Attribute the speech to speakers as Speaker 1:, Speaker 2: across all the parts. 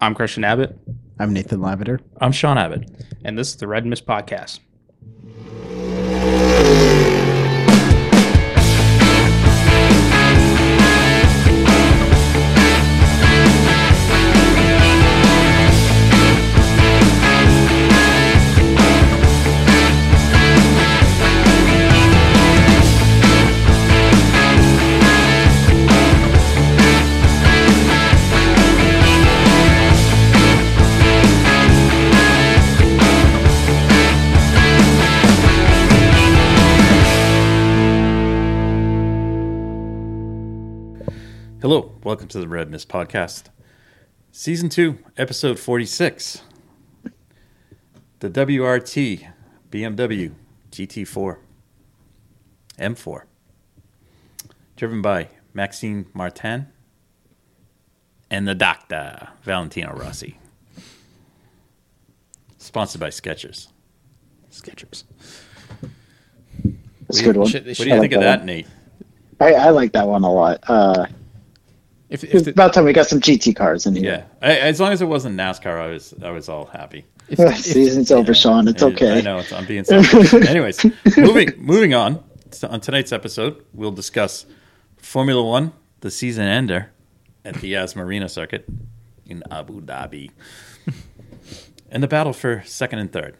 Speaker 1: I'm Christian Abbott.
Speaker 2: I'm Nathan Lavender.
Speaker 1: I'm Sean Abbott. And this is the Red Mist Podcast.
Speaker 3: Hello, welcome to the Red Mist Podcast, Season 2, Episode 46. The WRT BMW GT4 M4, driven by Maxime Martin and the Doctor Valentino Rossi. Sponsored by Skechers.
Speaker 1: Sketchers.
Speaker 4: That's a good one.
Speaker 3: What do you think of that, Nate?
Speaker 4: I, I like that one a lot. Uh,
Speaker 2: If, if,
Speaker 4: it's
Speaker 2: the,
Speaker 4: about time we got some GT cars in here.
Speaker 3: Yeah, I, as long as it wasn't NASCAR, I was I was all happy.
Speaker 2: if,
Speaker 4: Ugh,
Speaker 2: if-
Speaker 4: Season's over, Sean. It's
Speaker 3: I-
Speaker 4: okay.
Speaker 3: I know it's, I'm being selfish. Anyways, moving moving on So on tonight's episode, we'll discuss Formula One, the season ender at the Yas Marina circuit in Abu Dhabi, and the battle for second and third,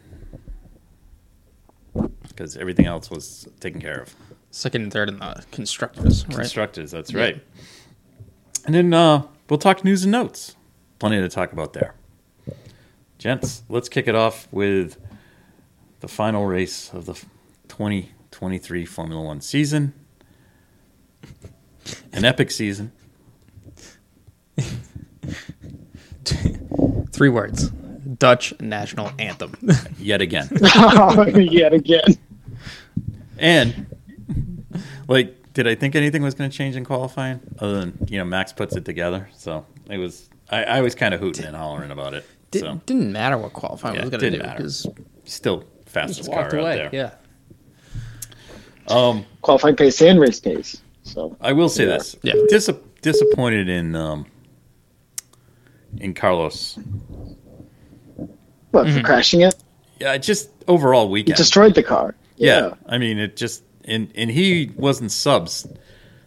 Speaker 3: because everything else was taken care of.
Speaker 1: Second and third in the constructors, right?
Speaker 3: Constructors, that's
Speaker 1: Yeah.
Speaker 3: right. And then uh, we'll talk news and notes. Plenty to talk about there. Gents, let's kick it off with the final race of the 2023 Formula One season. An epic season.
Speaker 1: Three words Dutch national anthem.
Speaker 3: yet again.
Speaker 4: Yet again.
Speaker 3: and like, did I think anything was going to change in qualifying? Other than you know, Max puts it together, so it was. I, I was kind of hooting and hollering about it.
Speaker 1: Did,
Speaker 3: so
Speaker 1: Didn't matter what qualifying
Speaker 3: Yeah,
Speaker 1: was going to
Speaker 3: didn't
Speaker 1: do
Speaker 3: matter.
Speaker 1: because
Speaker 3: still
Speaker 1: just
Speaker 3: fastest car
Speaker 1: walked
Speaker 3: out
Speaker 1: away.
Speaker 3: there.
Speaker 1: Yeah.
Speaker 3: Um,
Speaker 4: Qualifying pace and race pace. So
Speaker 3: I will say
Speaker 4: Yeah.
Speaker 3: this.
Speaker 1: Yeah.
Speaker 3: Disa- disappointed in um, in Carlos.
Speaker 4: what
Speaker 3: Mm-hmm.
Speaker 4: for crashing it?
Speaker 3: Yeah, just overall
Speaker 4: He
Speaker 3: weekend.
Speaker 4: destroyed the car.
Speaker 3: yeah. I mean, it just and and he wasn't subs.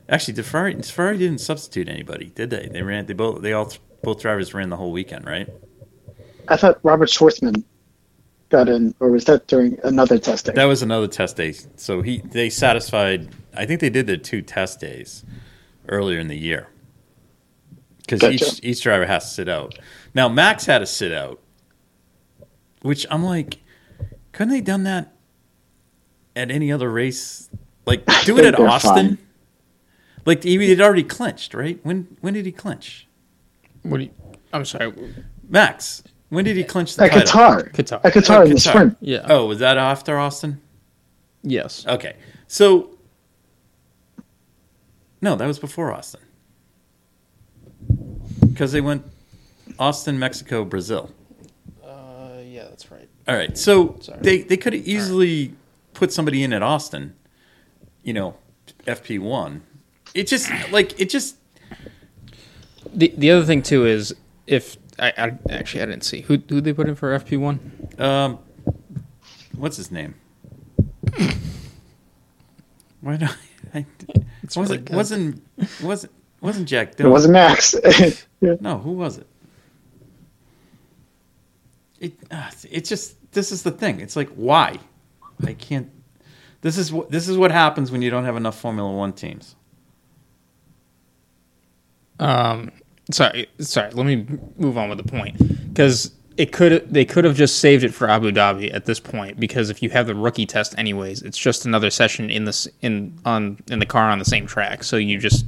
Speaker 3: Actually, Ferrari, Ferrari didn't substitute anybody, did they? They ran. They both. They all. Both drivers ran the whole weekend, right?
Speaker 4: I thought Robert Schwartzman got in, or was that during another testing?
Speaker 3: That was another test day. So he they satisfied. I think they did their two test days earlier in the year because each
Speaker 4: Gotcha.
Speaker 3: each driver has to sit out. Now Max had to sit out, which I'm like, couldn't they done that at any other race? Like do it
Speaker 4: think
Speaker 3: at
Speaker 4: they're
Speaker 3: Austin.
Speaker 4: fine.
Speaker 3: Like he had already clinched, right? When when did he clinch?
Speaker 1: What do you, I'm sorry.
Speaker 3: Max. When did he clinch the
Speaker 4: a
Speaker 3: title?
Speaker 4: Qatar.
Speaker 1: Qatar.
Speaker 4: A Qatar in the
Speaker 3: Qatar.
Speaker 4: sprint.
Speaker 1: Yeah.
Speaker 3: Oh, was that after Austin?
Speaker 1: Yes.
Speaker 3: Okay. So No, that was before Austin. Cuz they went Austin, Mexico, Brazil.
Speaker 1: Uh, yeah, that's right.
Speaker 3: All right. So
Speaker 1: Sorry.
Speaker 3: they they could have easily put somebody in at Austin, you know, FP1. It just like it just
Speaker 1: The, the other thing, too, is if. I, I Actually, I didn't see. Who who they put in for FP1?
Speaker 3: um what's his name? Why do I, I
Speaker 1: really
Speaker 3: wasn't
Speaker 1: good.
Speaker 3: wasn't wasn't wasn't Jack
Speaker 4: It
Speaker 3: Dillon.
Speaker 4: wasn't Max. Yeah.
Speaker 3: No, who was it? It uh, it's just this is the thing. It's like why I can't. This is what this is what happens when you don't have enough Formula One teams.
Speaker 1: Um, sorry, sorry. Let me move on with the point because it could they could have just saved it for Abu Dhabi at this point because if you have the rookie test anyways, it's just another session in this in on in the car on the same track, so you just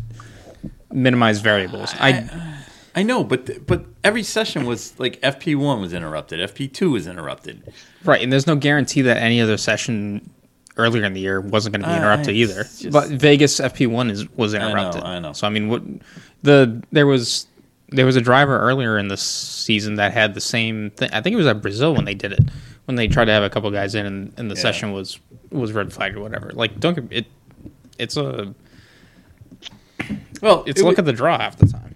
Speaker 1: minimize variables. I
Speaker 3: I know, but but every session was like FP one was interrupted, FP two was interrupted.
Speaker 1: right, and there's no guarantee that any other session earlier in the year wasn't going to be
Speaker 3: Uh,
Speaker 1: interrupted
Speaker 3: it's
Speaker 1: either.
Speaker 3: just-
Speaker 1: but Vegas FP one is was
Speaker 3: know,
Speaker 1: interrupted.
Speaker 3: I know.
Speaker 1: So I mean, what the there was there was a driver earlier in this season that had the same thing. I think it was at Brazil when they did it when they tried to have a couple guys in and, and the
Speaker 3: Yeah.
Speaker 1: session was was red flagged or whatever. Like don't get- it. It's a
Speaker 3: Well,
Speaker 1: it's look at the draw half the time.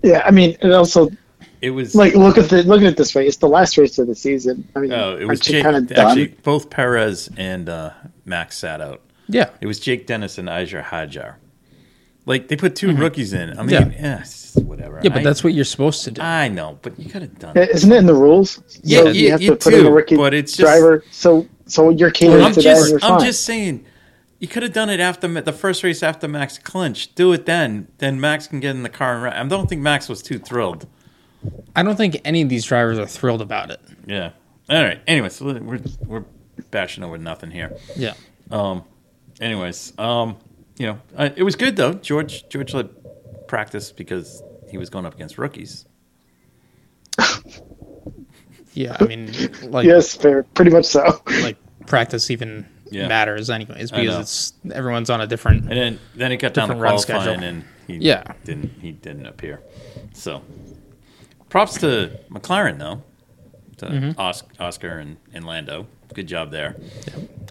Speaker 4: Yeah, I mean, and also
Speaker 3: It was
Speaker 4: like look at the look at it this way: it's the last race of the season. I mean,
Speaker 3: oh, it was
Speaker 4: aren't you
Speaker 3: Jake.
Speaker 4: kind of done?
Speaker 3: Actually, both Perez and uh, Max sat out.
Speaker 1: Yeah.
Speaker 3: It was Jake Dennis and Ijar Hajar. Like they put 2 rookies in. I mean,
Speaker 1: Yeah.
Speaker 3: yeah, it's just whatever.
Speaker 1: Yeah, but
Speaker 3: I,
Speaker 1: that's what you're supposed to do.
Speaker 3: I know, but you could have done. it.
Speaker 4: Isn't it in the rules?
Speaker 3: Yeah,
Speaker 4: so
Speaker 3: you-
Speaker 4: you have
Speaker 3: you
Speaker 4: to put in
Speaker 3: do,
Speaker 4: a rookie
Speaker 3: but it's just-
Speaker 4: driver. So, so you're catering
Speaker 3: I'm
Speaker 4: to that, and
Speaker 3: just,
Speaker 4: you're
Speaker 3: I'm
Speaker 4: fine.
Speaker 3: just saying, you could have done it after Ma- the first race after Max clinched. Do it then. Then Max can get in the car and ride. I don't think Max was too thrilled.
Speaker 1: I don't think any of these drivers are thrilled about it.
Speaker 3: Yeah. All right. Anyway, so we're we're bashing over nothing here.
Speaker 1: Yeah.
Speaker 3: Um. Anyways, um, you know, I, it was good though. George George led practice because he was going up against rookies.
Speaker 1: Yeah. I mean, like,
Speaker 4: yes, fair, pretty much so.
Speaker 1: like practice even
Speaker 3: Yeah.
Speaker 1: matters, anyways,
Speaker 3: I know.
Speaker 1: because it's everyone's on a different.
Speaker 3: And then then it got down to
Speaker 1: Different run
Speaker 3: qualifying
Speaker 1: schedule.
Speaker 3: and he
Speaker 1: Yeah.
Speaker 3: didn't he didn't appear. So props to McLaren though. To
Speaker 1: Mm-hmm.
Speaker 3: Os- Oscar and, and Lando. Good job there.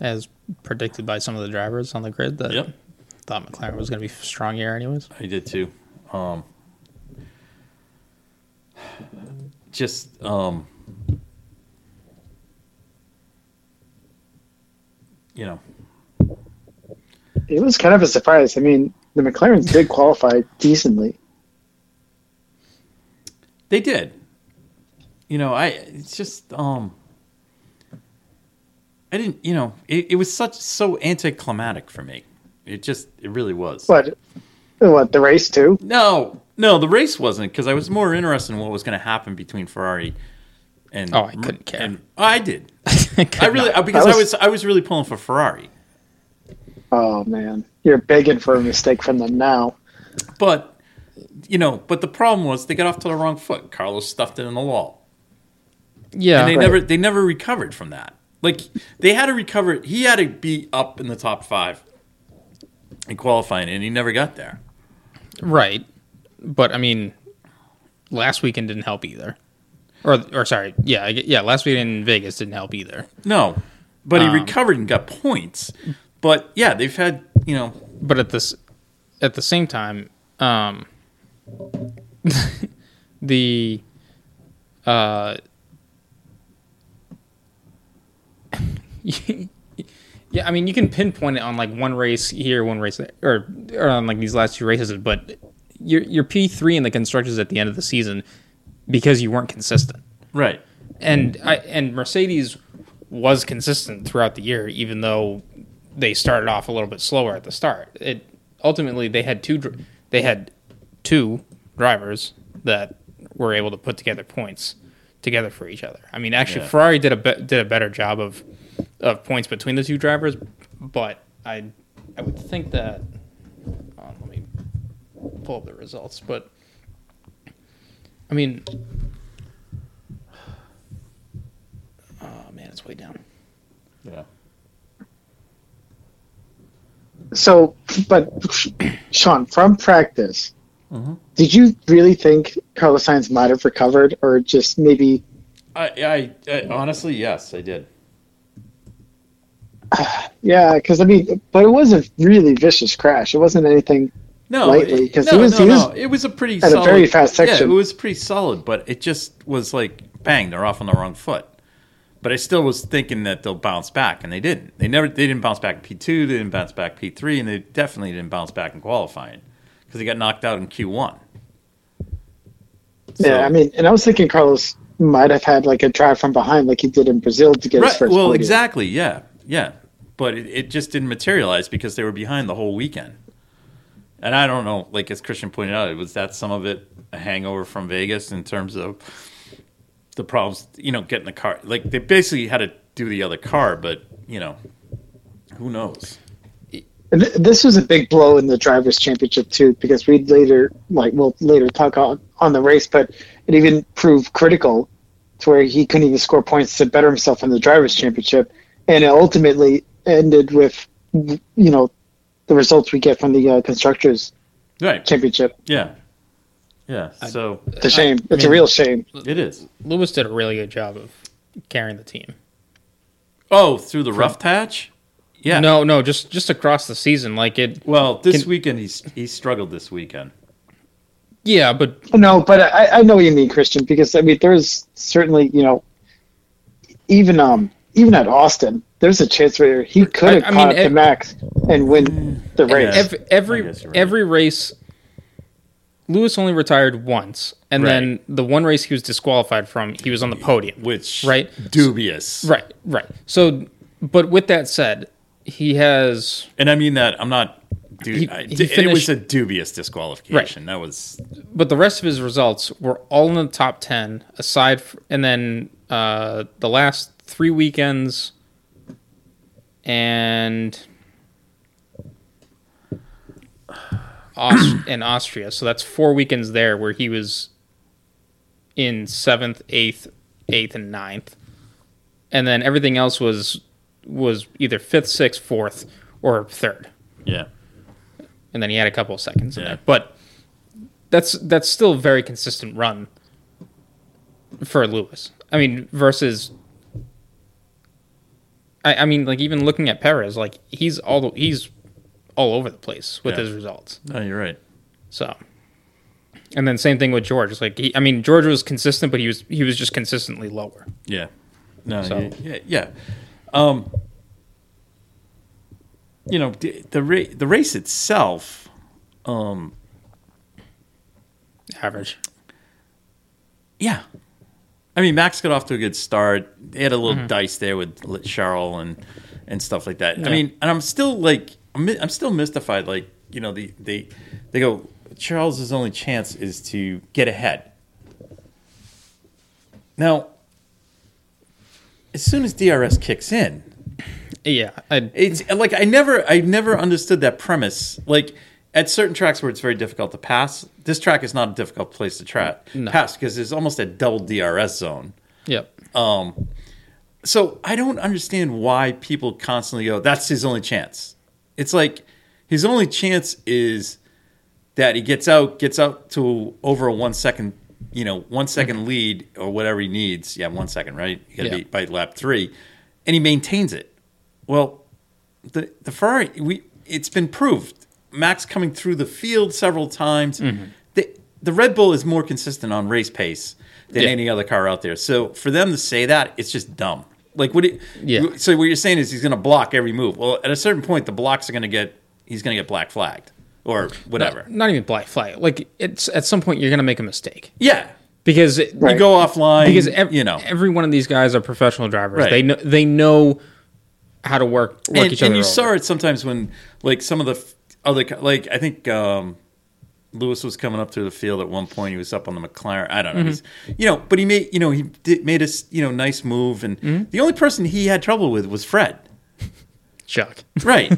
Speaker 1: as predicted by some of the drivers on the grid that
Speaker 3: Yep.
Speaker 1: thought McLaren was going to be strong here anyways.
Speaker 3: I did too. Um, just um, you know,
Speaker 4: It was kind of a surprise. I mean, the McLarens did qualify decently.
Speaker 3: they did. You know, I it's just um, I didn't. You know, it, it was such so anticlimactic for me. It just it really was.
Speaker 4: But what the race too?
Speaker 3: No, no, the race wasn't because I was more interested in what was going to happen between Ferrari and.
Speaker 1: Oh, I couldn't care.
Speaker 3: And, I did.
Speaker 1: Could
Speaker 3: I really uh,
Speaker 1: not.
Speaker 3: because
Speaker 4: That
Speaker 3: I
Speaker 4: was-
Speaker 3: was I was really pulling for Ferrari,
Speaker 4: Oh man, you're begging for a mistake from them now.
Speaker 3: but you know, but the problem was they got off to the wrong foot. Carlos stuffed it in the wall,
Speaker 1: yeah.
Speaker 3: and they
Speaker 4: Right.
Speaker 3: never they never recovered from that. Like they had to recover. He had to be up in the top five in qualifying, and he never got there.
Speaker 1: Right. But I mean, last weekend didn't help either. Or, or sorry, yeah, I get- yeah. Last weekend in Vegas didn't help either.
Speaker 3: No, but he
Speaker 1: Um,
Speaker 3: recovered and got points. But yeah, they've had you know
Speaker 1: But at this, at the same time, um, the uh, yeah, I mean, you can pinpoint it on like one race here, one race there, or, or on like these last two races. But you're you're P three in the constructors at the end of the season because you weren't consistent.
Speaker 3: right.
Speaker 1: and I and Mercedes was consistent throughout the year, even though they started off a little bit slower at the start. It ultimately they had two dr- they had two drivers that were able to put together points together for each other. I mean, actually,
Speaker 3: Yeah.
Speaker 1: Ferrari did a be- did a better job of of points between the two drivers, but I I would think that hold on, let me pull up the results, but I mean, oh man, it's way down.
Speaker 3: Yeah.
Speaker 4: So, but Sean, from practice,
Speaker 3: Mm-hmm.
Speaker 4: did you really think Carlos Sainz might have recovered, or just maybe?
Speaker 3: I, I, I honestly, yes, I did.
Speaker 4: Yeah, because I mean, but it was a really vicious crash. It wasn't anything.
Speaker 3: No,
Speaker 4: Lightly,
Speaker 3: it-
Speaker 4: 'cause
Speaker 3: no,
Speaker 4: he was-
Speaker 3: no,
Speaker 4: he
Speaker 3: no.
Speaker 4: was
Speaker 3: It was a pretty
Speaker 4: at a
Speaker 3: solid,
Speaker 4: very fast section.
Speaker 3: Yeah, it was pretty solid, but it just was like bang, they're off on the wrong foot. But I still was thinking that they'll bounce back, and they didn't. They never, they didn't bounce back in P two, they didn't bounce back P three, and they definitely didn't bounce back in qualifying because they got knocked out in Q one.
Speaker 4: yeah, I mean, and I was thinking Carlos might have had like a drive from behind, like he did in Brazil, to get his
Speaker 3: right?
Speaker 4: first.
Speaker 3: Well,
Speaker 4: podium.
Speaker 3: exactly. Yeah, yeah. But it, it just didn't materialize because they were behind the whole weekend. And I don't know, like as Christian pointed out, was that some of it a hangover from Vegas in terms of the problems, you know, getting the car? Like they basically had to do the other car, but you know, who knows?
Speaker 4: And th- this was a big blow in the drivers' championship too, because we'd later, like, we'll later talk on on the race, but it even proved critical to where he couldn't even score points to better himself in the drivers' championship, and it ultimately ended with, you know, the results we get from the uh, constructors'
Speaker 3: Right?
Speaker 4: championship.
Speaker 3: Yeah, yeah. So
Speaker 4: It's a shame. it's a
Speaker 1: mean-
Speaker 4: real shame.
Speaker 3: it is.
Speaker 1: Lewis did a really good job of carrying the team.
Speaker 3: Oh, through the rough patch. Yeah.
Speaker 1: No, no, just just across the season, like it.
Speaker 3: Well, this
Speaker 1: Can-
Speaker 3: weekend he's he struggled. This weekend.
Speaker 1: Yeah, but
Speaker 4: No, but I, I know what you mean, Christian, because I mean there's certainly, you know even um even at Austin, there's a chance where he could have
Speaker 1: I- I mean,
Speaker 4: caught up to
Speaker 1: ev-
Speaker 4: Max and win the race.
Speaker 3: Yeah.
Speaker 1: ev- every
Speaker 3: I guess you're right.
Speaker 1: every race, Lewis only retired once, and then the one race he was disqualified from, he was on the podium.
Speaker 3: Which
Speaker 1: Right.
Speaker 3: dubious.
Speaker 1: Right, right. So, but with that said, he has
Speaker 3: And I mean that I'm not. Dude,
Speaker 1: He-
Speaker 3: I-
Speaker 1: he
Speaker 3: it was
Speaker 1: finished-
Speaker 3: a dubious disqualification. That was
Speaker 1: but the rest of his results were all in the top 10 aside f and then uh, the last three weekends and Aus- in austria so that's four weekends there where he was in seventh eighth eighth and ninth and then everything else was was either fifth sixth fourth or third
Speaker 3: yeah.
Speaker 1: and then he had a couple of seconds in
Speaker 3: Yeah.
Speaker 1: there. But that's that's still a very consistent run for Lewis. I mean, versus. I, I mean, like even looking at Perez, like he's all the, he's all over the place with
Speaker 3: Yeah.
Speaker 1: his results.
Speaker 3: No, you're right.
Speaker 1: So, and then same thing with George. It's like he, I mean, George was consistent, but he was he was just consistently lower.
Speaker 3: Yeah. No.
Speaker 1: So-
Speaker 3: y- Yeah. Yeah. Um, you know the the, ra- the race itself. Um,
Speaker 1: Average.
Speaker 3: yeah. I mean, Max got off to a good start. They had a little dice there with Li- Charles and and stuff like that. I
Speaker 1: Yeah.
Speaker 3: mean, and I'm still like I'm, mi- I'm still mystified. Like you know, the they they go Charles's only chance is to get ahead. Now, as soon as DRS kicks in,
Speaker 1: Yeah, I,
Speaker 3: it's like I never I never understood that premise. Like at certain tracks where it's very difficult to pass, this track is not a difficult place to tra- pass because there's almost a double DRS zone.
Speaker 1: yep.
Speaker 3: So I don't understand why people constantly go, that's his only chance. It's like his only chance is that he gets out, gets out to over a one second, you know, one second lead or whatever he needs. Yeah, one second, right? You gotta
Speaker 1: Yeah.
Speaker 3: be by lap three. And he maintains it. Well, the the Ferrari we it's been proved. Max coming through the field several times.
Speaker 1: Mm-hmm.
Speaker 3: The the Red Bull is more consistent on race pace than
Speaker 1: Yeah.
Speaker 3: any other car out there. So for them to say that, it's just dumb. Like what? It,
Speaker 1: Yeah.
Speaker 3: So what you're saying is he's going to block every move. Well, at a certain point, the blocks are going to get he's going to get black flagged or whatever.
Speaker 1: Not, not even black flag. Like it's at some point you're gonna make a mistake
Speaker 3: yeah.
Speaker 1: because it,
Speaker 3: You go offline
Speaker 1: because ev-
Speaker 3: you know
Speaker 1: every one of these guys are professional drivers.
Speaker 3: Right.
Speaker 1: They know they know how to work work
Speaker 3: and,
Speaker 1: each other.
Speaker 3: and you
Speaker 1: over.
Speaker 3: saw it sometimes when like some of the f- other co- like I think um, Lewis was coming up through the field at one point. He was up on the McLaren. I don't know. He's,
Speaker 1: Mm-hmm.
Speaker 3: you know, but he made you know he did, made us you know nice move, and
Speaker 1: Mm-hmm.
Speaker 3: the only person he had trouble with was Fred.
Speaker 1: Chuck.
Speaker 3: Right.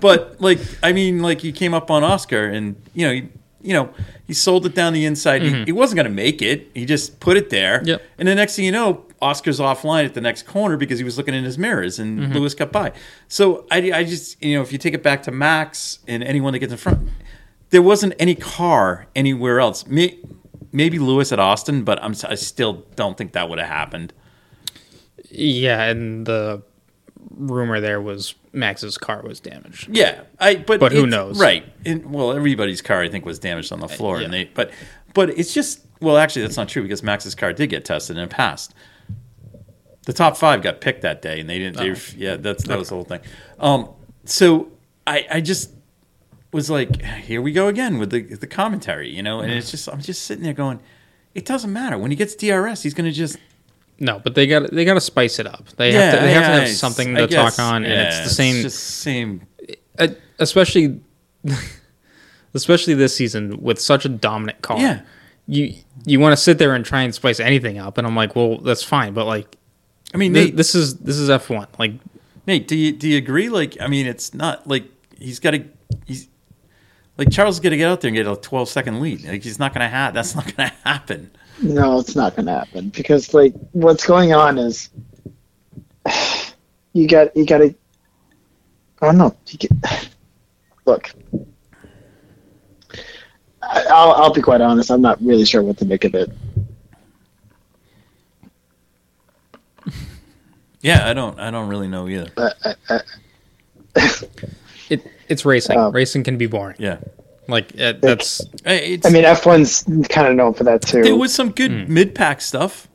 Speaker 3: but like I mean like he came up on Oscar and you know he, you know he sold it down the inside. He, he wasn't going to make it. He just put it there.
Speaker 1: Yep.
Speaker 3: And the next thing you know, Oscar's offline at the next corner because he was looking in his mirrors and Lewis got by. So I I just you know if you take it back to Max and anyone that gets in front there wasn't any car anywhere else. May, maybe Lewis at Austin, but I'm s- I still don't think that would have happened.
Speaker 1: Yeah, and the rumor there was Max's car was damaged.
Speaker 3: Yeah, I but
Speaker 1: But who
Speaker 3: it's-
Speaker 1: knows? Uh,
Speaker 3: Right. And well, everybody's car I think was damaged on the floor, and
Speaker 1: yeah.
Speaker 3: they but but it's just well, actually that's not true because Max's car did get tested and it passed. The top five got picked that day, and they didn't.
Speaker 1: Oh.
Speaker 3: They, ref- yeah, that's that was the whole thing. Um, so I I just was like, here we go again with the the commentary, you know, and
Speaker 1: Mm.
Speaker 3: it's just I'm just sitting there going, it doesn't matter when he gets DRS, he's gonna just
Speaker 1: No, but they got they got to spice it up. They have to they have to have something to talk on, and it's the same.
Speaker 3: just same
Speaker 1: uh, especially especially this season with such a dominant car.
Speaker 3: Yeah.
Speaker 1: You you want to sit there and try and spice anything up, and I'm like, well, that's fine, but like
Speaker 3: I mean,
Speaker 1: this,
Speaker 3: Nate-
Speaker 1: this is this is F1. Like
Speaker 3: Nate, do you do you agree? Like, I mean, it's not like he's got to he's like Charles is going to get out there and get a 12 second lead. Like, he's not going to have that's not going to happen.
Speaker 4: No, it's not going to happen because like what's going on is you got you got to. I don't know. You get, look, I, I'll I'll be quite honest. I'm not really sure what to make of it.
Speaker 3: Yeah, I don't I don't really know either.
Speaker 1: it it's racing.
Speaker 4: Um,
Speaker 1: racing can be boring.
Speaker 3: Yeah,
Speaker 1: Like uh, that's
Speaker 3: Hey, It's,
Speaker 4: I mean, F1's kind of known for that too.
Speaker 3: there was some good mid pack stuff.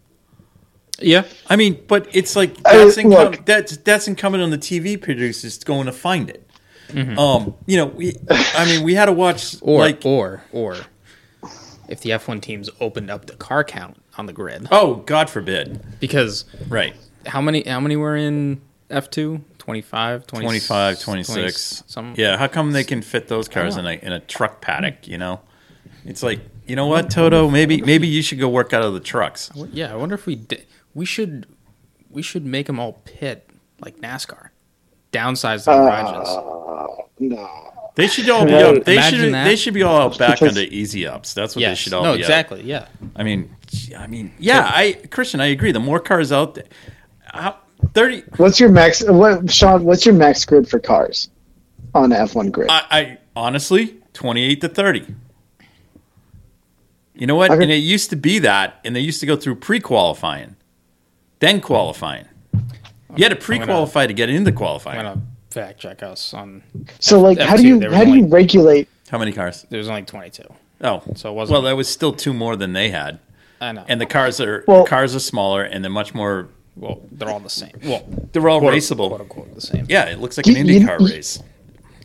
Speaker 1: yeah.
Speaker 3: I mean, but it's like
Speaker 4: I-
Speaker 3: that's income,
Speaker 4: look.
Speaker 3: that's that's incumbent on the TV producers going to find it. Um, you know, we, I mean, we had to watch
Speaker 1: Or
Speaker 3: like
Speaker 1: or or if the F1 teams opened up the car count on the grid
Speaker 3: oh, God forbid,
Speaker 1: because
Speaker 3: right?
Speaker 1: how many how many were in F2? 25, 20,
Speaker 3: 25, 26.
Speaker 1: Some
Speaker 3: yeah, how come they can fit those cars in a in a truck paddock? You know, it's like you know what, Toto, maybe maybe you should go work out of the trucks.
Speaker 1: Yeah, Mm. I wonder if we did. We should we should make them all pit like NASCAR. Downsize the garages.
Speaker 4: no.
Speaker 3: They should all be
Speaker 4: Yeah.
Speaker 3: out, they
Speaker 1: Imagine
Speaker 3: should
Speaker 1: that.
Speaker 3: they should be all out back
Speaker 4: Because-
Speaker 3: under easy ups. That's what they
Speaker 1: Yes.
Speaker 3: should all
Speaker 1: No,
Speaker 3: be. out.
Speaker 1: exactly. Yeah.
Speaker 3: I mean, gee, I mean, yeah, I Christian, I agree. The more cars out there, how, thirty.
Speaker 4: What's your max? What Sean? What's your max grid for cars on the F1 grid?
Speaker 3: I, I honestly twenty-eight to thirty. You know what?
Speaker 4: Okay.
Speaker 3: And it used to be that, and they used to go through pre-qualifying, then qualifying. You had to pre-qualify to get into
Speaker 1: I'm
Speaker 3: qualifying.
Speaker 1: gonna fact check us on.
Speaker 4: so, like, how do
Speaker 1: F2,
Speaker 4: you
Speaker 1: they were
Speaker 4: how do you
Speaker 1: like-
Speaker 4: regulate?
Speaker 3: How many cars?
Speaker 1: There was only 22.
Speaker 3: Oh,
Speaker 1: So it wasn't-
Speaker 3: well. That was still two more than they had,
Speaker 1: I know.
Speaker 3: and the cars are
Speaker 4: Well-
Speaker 3: cars are smaller and they're much more.
Speaker 1: well, they're all the same. Well,
Speaker 3: They're all
Speaker 1: quote,
Speaker 3: raceable.
Speaker 1: Quote unquote the same.
Speaker 3: Yeah, it looks like
Speaker 4: You-
Speaker 3: an
Speaker 4: you-
Speaker 3: IndyCar
Speaker 4: you-
Speaker 3: race.